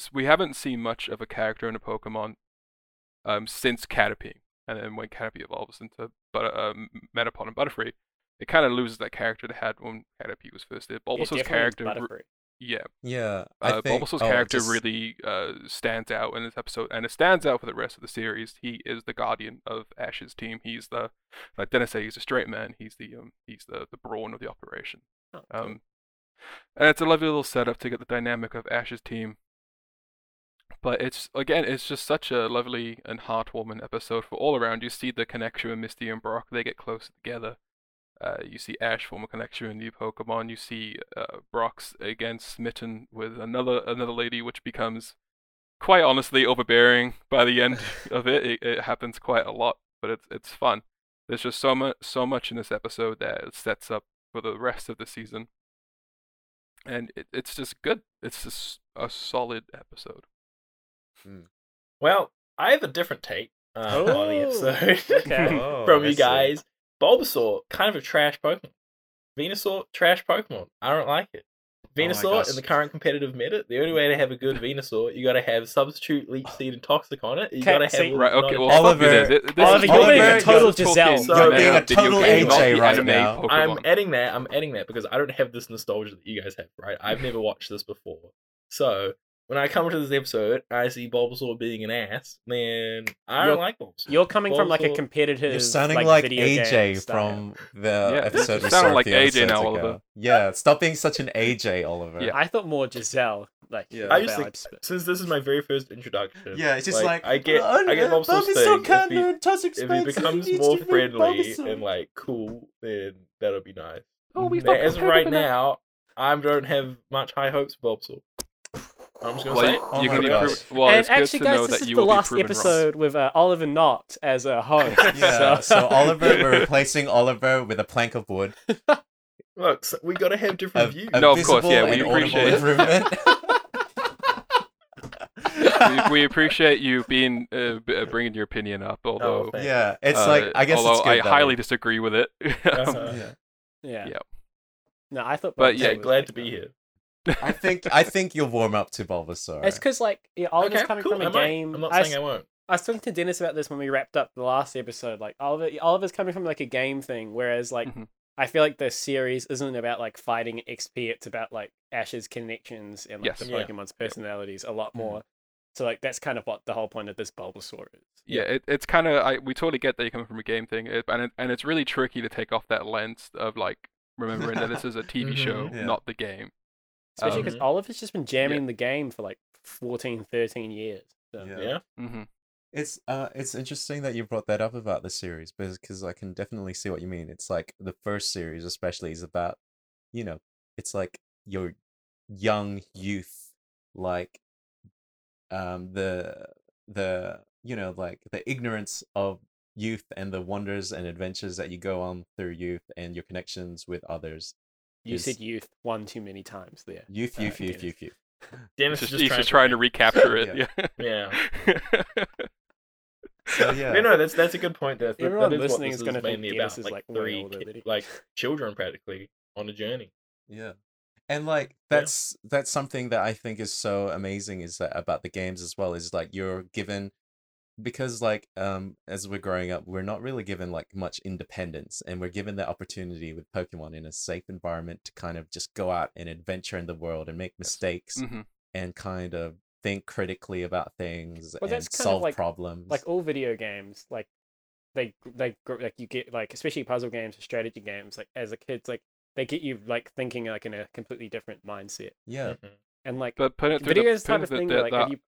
Speaker 2: s- we haven't seen much of a character in a Pokemon um, since Caterpie, and then when Caterpie evolves into but um, Metapod and Butterfree, it kind of loses that character they had when Caterpie was first there. Bulbasaur's character, re- yeah,
Speaker 4: Yeah, I
Speaker 2: uh,
Speaker 4: think
Speaker 2: Bulbasaur's
Speaker 4: oh, I
Speaker 2: character
Speaker 4: just-
Speaker 2: really uh, stands out in this episode, and it stands out for the rest of the series. He is the guardian of Ash's team. He's the, like Dennis said, he's a straight man. He's the um, he's the the brawn of the operation.
Speaker 3: Oh,
Speaker 2: Um, and it's a lovely little setup to get the dynamic of Ash's team. But it's again, it's just such a lovely and heartwarming episode for all around. You see the connection with Misty and Brock; they get closer together. Uh, you see Ash form a connection with new Pokemon. You see uh, Brock's again smitten with another another lady, which becomes quite honestly overbearing by the end of it. It, it happens quite a lot, but it's it's fun. There's just so much so much in this episode that it sets up for the rest of the season, and it, it's just good. It's just a solid episode.
Speaker 1: Well, I have a different take uh, on the
Speaker 3: Oh,
Speaker 1: episode
Speaker 3: okay.
Speaker 4: Oh,
Speaker 1: from
Speaker 4: I
Speaker 1: you
Speaker 4: see.
Speaker 1: guys. Bulbasaur, kind of a trash Pokemon. Venusaur, trash Pokemon. I don't like it.
Speaker 3: Oh
Speaker 4: my
Speaker 1: Venusaur
Speaker 4: gosh.
Speaker 1: in the current competitive meta, the only way to have a good Venusaur, you got to have substitute Leech Seed and Toxic on it. You
Speaker 3: Okay,
Speaker 1: got to have
Speaker 3: see-
Speaker 1: all
Speaker 2: Right?
Speaker 1: the
Speaker 2: Okay.
Speaker 1: non-
Speaker 2: Well, fuck you
Speaker 4: Oliver-
Speaker 2: then. Th- this
Speaker 3: Oliver,
Speaker 2: is-
Speaker 4: you're Oliver, being a
Speaker 3: total
Speaker 2: talking
Speaker 3: Giselle.
Speaker 2: about
Speaker 1: You're being a
Speaker 2: video
Speaker 4: total
Speaker 2: games, not
Speaker 4: AJ
Speaker 2: the
Speaker 4: right
Speaker 2: anime
Speaker 4: now.
Speaker 2: Pokemon.
Speaker 1: I'm adding that. I'm adding that because I don't have this nostalgia that you guys have, right? I've never watched this before. So when I come to this episode, I see Bulbasaur being an ass. Then I
Speaker 3: You're-
Speaker 1: don't like Bulbasaur.
Speaker 3: You're coming from like a
Speaker 1: Bulbasaur-
Speaker 3: competitive.
Speaker 4: You're sounding
Speaker 3: like,
Speaker 4: like,
Speaker 3: video game
Speaker 4: AJ
Speaker 3: style.
Speaker 4: from the
Speaker 2: you
Speaker 4: episode. we
Speaker 2: sound
Speaker 4: saw a
Speaker 2: like
Speaker 4: few
Speaker 2: AJ now,
Speaker 4: episodes ago.
Speaker 2: Oliver.
Speaker 4: Yeah, stop being such an AJ, Oliver.
Speaker 2: Yeah.
Speaker 3: I thought more Giselle. Like
Speaker 4: Yeah.
Speaker 1: I used to-
Speaker 3: vibes, but-
Speaker 1: since this is my very first introduction.
Speaker 4: Yeah, it's just like,
Speaker 1: I get I get Bulbasaur's thing. if, he, if he becomes more friendly and like cool, then that'll be nice.
Speaker 2: Oh, we
Speaker 1: Now, as of right now, I don't have much high hopes for Bulbasaur. I'm just gonna
Speaker 2: Well,
Speaker 1: say
Speaker 2: you-
Speaker 1: it.
Speaker 4: Oh
Speaker 2: you're
Speaker 4: my
Speaker 2: gonna be
Speaker 4: gosh.
Speaker 2: proven- well,
Speaker 3: and
Speaker 2: it's
Speaker 3: actually,
Speaker 2: good to know
Speaker 3: guys, this
Speaker 2: that
Speaker 3: is
Speaker 2: you
Speaker 3: the
Speaker 2: will be
Speaker 3: last
Speaker 2: proven wrong.
Speaker 3: episode with uh, Oliver Knott as a host.
Speaker 4: Yeah,
Speaker 3: so-
Speaker 4: so Oliver, we're replacing Oliver with a plank of wood.
Speaker 1: Look, so we gotta have
Speaker 4: A,
Speaker 1: different views.
Speaker 4: a
Speaker 2: No, of course,
Speaker 4: visible
Speaker 2: yeah, we
Speaker 4: and audible
Speaker 2: appreciate it.
Speaker 4: improvement.
Speaker 2: we, we appreciate you being uh, b- uh, bringing your opinion up, although
Speaker 1: Oh, thank
Speaker 4: yeah, it's
Speaker 2: uh,
Speaker 4: like I guess
Speaker 2: although
Speaker 4: it's good,
Speaker 2: I
Speaker 4: though.
Speaker 2: highly disagree with it. Um,
Speaker 1: Uh-huh.
Speaker 4: Yeah.
Speaker 3: yeah.
Speaker 2: Yep.
Speaker 3: No, I thought.
Speaker 2: But
Speaker 3: Bulbasaur
Speaker 2: yeah,
Speaker 1: yeah,
Speaker 3: was
Speaker 1: glad
Speaker 3: like
Speaker 1: to be
Speaker 3: that.
Speaker 1: here.
Speaker 4: I think I think you'll warm up to Bulbasaur.
Speaker 3: It's because like yeah, Oliver's coming from a
Speaker 1: I might.
Speaker 3: game.
Speaker 1: I'm not
Speaker 3: I
Speaker 1: saying I won't.
Speaker 3: I was talking to Dennis about this when we wrapped up the last episode. Like Oliver, Oliver's coming from like a game thing, whereas like
Speaker 2: Mhm.
Speaker 3: I feel like the series isn't about like fighting and XP. It's about like Ash's connections and like
Speaker 2: Yes.
Speaker 3: the
Speaker 1: Yeah. Mm-hmm.
Speaker 3: Pokemon's personalities a lot more. So like that's kind of what the whole point of this Bulbasaur is.
Speaker 2: yeah, it, it's kind of I we totally get that you're coming from a game thing, it, and it, and it's really tricky to take off that lens of like remembering that this is a TV
Speaker 1: Mhm.
Speaker 2: show,
Speaker 4: Yeah.
Speaker 2: not the game.
Speaker 3: Especially because
Speaker 1: Um,
Speaker 3: Oliver's just been jamming the game for like 14, 13 years. So.
Speaker 4: Yeah.
Speaker 1: Yeah.
Speaker 2: hmm
Speaker 4: It's uh, it's interesting that you brought that up about the series because I can definitely see what you mean. It's like the first series, especially, is about, you know, it's like your young youth, like, um, the the you know like the ignorance of youth and the wonders and adventures that you go on through youth and your connections with others.
Speaker 3: You
Speaker 4: Is-
Speaker 3: said youth one too many times there.
Speaker 4: Youth,
Speaker 3: Uh,
Speaker 4: youth,
Speaker 3: I
Speaker 4: youth,
Speaker 3: get it.
Speaker 4: youth, youth.
Speaker 1: Dennis
Speaker 2: just,
Speaker 1: is
Speaker 2: he's
Speaker 1: just
Speaker 2: just trying to recapture
Speaker 4: Yeah.
Speaker 2: it. Yeah.
Speaker 1: Yeah.
Speaker 4: So yeah,
Speaker 1: No, no, that's that's a good point. That, that,
Speaker 3: Everyone
Speaker 1: that is what
Speaker 3: listening
Speaker 1: this
Speaker 3: is gonna think
Speaker 1: mainly
Speaker 3: Dennis
Speaker 1: about.
Speaker 3: is,
Speaker 1: like,
Speaker 3: like, way
Speaker 1: three,
Speaker 3: older
Speaker 1: ki-
Speaker 3: than he-
Speaker 1: like children practically on a journey.
Speaker 4: Yeah. And like that's that's something that I think is so amazing is that about the games as well is like you're given because like um as we're growing up we're not really given like much independence and we're given the opportunity with Pokemon in a safe environment to kind of just go out and adventure in the world and make mistakes
Speaker 3: Mm.
Speaker 2: hmm
Speaker 4: and kind of think critically about things
Speaker 3: Well,
Speaker 4: and
Speaker 3: that's kind of
Speaker 4: solve
Speaker 3: like-
Speaker 4: problems.
Speaker 3: like all video games like they they gr- like you get like especially puzzle games or strategy games like as a kid like they get you like thinking like in a completely different mindset
Speaker 4: yeah.
Speaker 1: Mhm.
Speaker 3: and like
Speaker 2: But put it through
Speaker 3: video
Speaker 2: the,
Speaker 3: games
Speaker 2: put
Speaker 3: type
Speaker 2: it
Speaker 3: of
Speaker 2: through
Speaker 3: thing
Speaker 2: the,
Speaker 3: where, like
Speaker 2: the-
Speaker 3: if you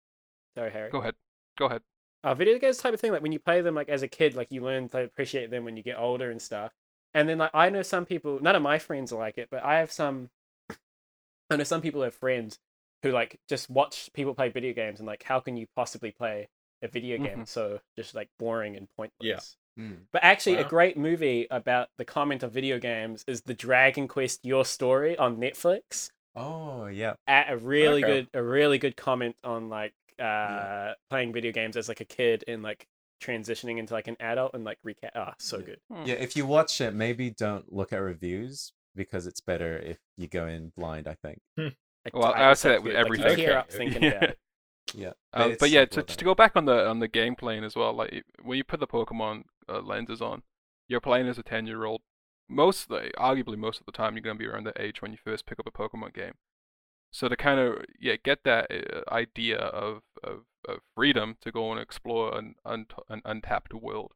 Speaker 3: sorry harry
Speaker 2: Go ahead. Go ahead.
Speaker 3: uh, video games type of thing like when you play them like as a kid like you learn to appreciate them when you get older and stuff and then like i know some people none of my friends are like it but i have some i know some people have friends who like just watch people play video games and like how can you possibly play a video game
Speaker 2: Mhm.
Speaker 3: so just like boring and pointless
Speaker 1: Mm-hmm. Yeah.
Speaker 4: Mm.
Speaker 3: but actually a
Speaker 1: Wow.
Speaker 3: great movie about the comment of video games is the dragon quest your story on netflix
Speaker 4: Oh yeah.
Speaker 3: at a really
Speaker 1: Okay.
Speaker 3: good a really good comment on like uh
Speaker 2: Mm.
Speaker 3: playing video games as like a kid and like transitioning into like an adult and like recap. Ah, so
Speaker 4: Yeah.
Speaker 3: good.
Speaker 2: Hmm.
Speaker 4: Yeah, if you watch it, maybe don't look at reviews because it's better if you go in blind. I think.
Speaker 3: Like,
Speaker 2: Well,
Speaker 3: tight,
Speaker 2: I would
Speaker 3: it's
Speaker 2: say
Speaker 3: so
Speaker 2: that with
Speaker 3: good. Like,
Speaker 2: every
Speaker 3: you tear
Speaker 1: video
Speaker 3: up
Speaker 1: game.
Speaker 3: thinking
Speaker 2: Yeah.
Speaker 3: about it.
Speaker 4: Yeah.
Speaker 2: Um,
Speaker 4: it's
Speaker 2: but yeah, to,
Speaker 4: simple then.
Speaker 2: to go back on the on the game plane as well, like it- when you put the Pokemon uh, lenses on, you're playing as a ten year old. Mostly, arguably, most of the time, you're going to be around that age when you first pick up a Pokemon game. So to kind of yeah get that uh, idea of, of, of freedom to go and explore an, unt- an untapped world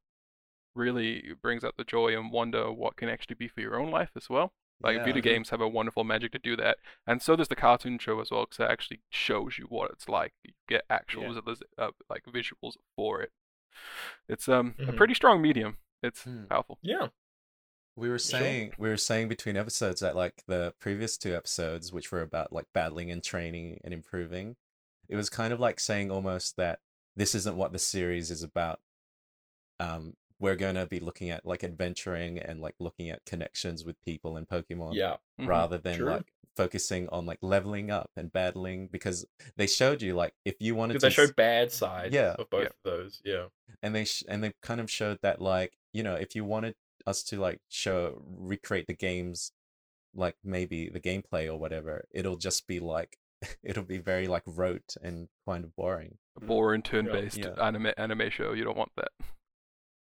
Speaker 2: really brings out the joy and wonder of what can actually be for your own life as well. Like
Speaker 4: Yeah.
Speaker 2: video games have a wonderful magic to do that, and so does the cartoon show as well, because it actually shows you what it's like. You get actual
Speaker 3: Yeah.
Speaker 2: vis- uh, like visuals for it. It's um a
Speaker 1: Mhm.
Speaker 2: pretty strong medium. It's
Speaker 4: Mm.
Speaker 2: powerful.
Speaker 1: Yeah.
Speaker 4: We were
Speaker 1: Sure.
Speaker 4: saying we were saying between episodes that like the previous two episodes, which were about like battling and training and improving, it was kind of like saying almost that this isn't what the series is about. Um, we're gonna be looking at like adventuring and like looking at connections with people and Pokemon
Speaker 1: Yeah.
Speaker 2: Mhm.
Speaker 4: rather than
Speaker 1: Sure.
Speaker 4: like focusing on like leveling up and battling because they showed you like if you wanted
Speaker 1: Because
Speaker 4: to
Speaker 1: they
Speaker 4: s-
Speaker 1: show bad sides
Speaker 4: Yeah.
Speaker 1: of both
Speaker 2: Yeah.
Speaker 1: of those. Yeah.
Speaker 4: and they sh- and they kind of showed that like you know if you wanted us to like show recreate the games like maybe the gameplay or whatever it'll just be like it'll be very like rote and kind of boring
Speaker 2: A boring turn-based
Speaker 4: Yeah.
Speaker 2: anime anime show. You don't want that.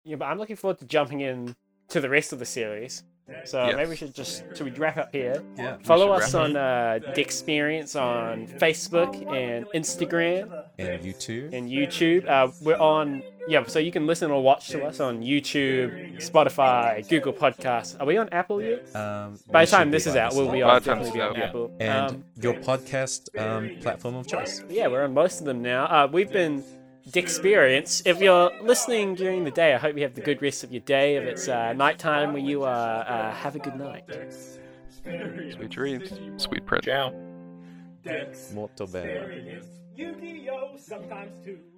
Speaker 3: Yeah, but I'm looking forward to jumping in to the rest of the series. So
Speaker 2: Yes.
Speaker 3: maybe we should just should we wrap up here?
Speaker 4: yeah
Speaker 3: Follow
Speaker 2: should
Speaker 3: us
Speaker 2: wrap
Speaker 3: on uh, Dexperience on Facebook and Instagram
Speaker 4: and you too
Speaker 3: and YouTube. Uh, we're on, yeah, so you can listen or watch to us on YouTube, Spotify, Google Podcasts. Are we on Apple yet?
Speaker 4: um
Speaker 3: By
Speaker 4: we
Speaker 3: the time
Speaker 4: should
Speaker 3: this is
Speaker 4: by
Speaker 3: out,
Speaker 4: this
Speaker 3: we'll
Speaker 4: time.
Speaker 3: be
Speaker 2: By
Speaker 3: on,
Speaker 2: the time
Speaker 3: definitely
Speaker 2: this
Speaker 3: be
Speaker 2: is
Speaker 3: on
Speaker 2: out, yeah.
Speaker 3: Apple.
Speaker 4: and
Speaker 3: Um,
Speaker 4: your podcast um platform of choice
Speaker 3: yeah, we're on most of them now. Uh, we've been Dexperience. If you're listening during the day, I hope you have the good rest of your day. If it's uh, nighttime where you are, uh, have a good night.
Speaker 2: Sweet dreams, sweet print.
Speaker 1: Ciao.
Speaker 5: Dex.
Speaker 4: Mortal Bell.
Speaker 5: Yu-Gi-Oh! Sometimes too.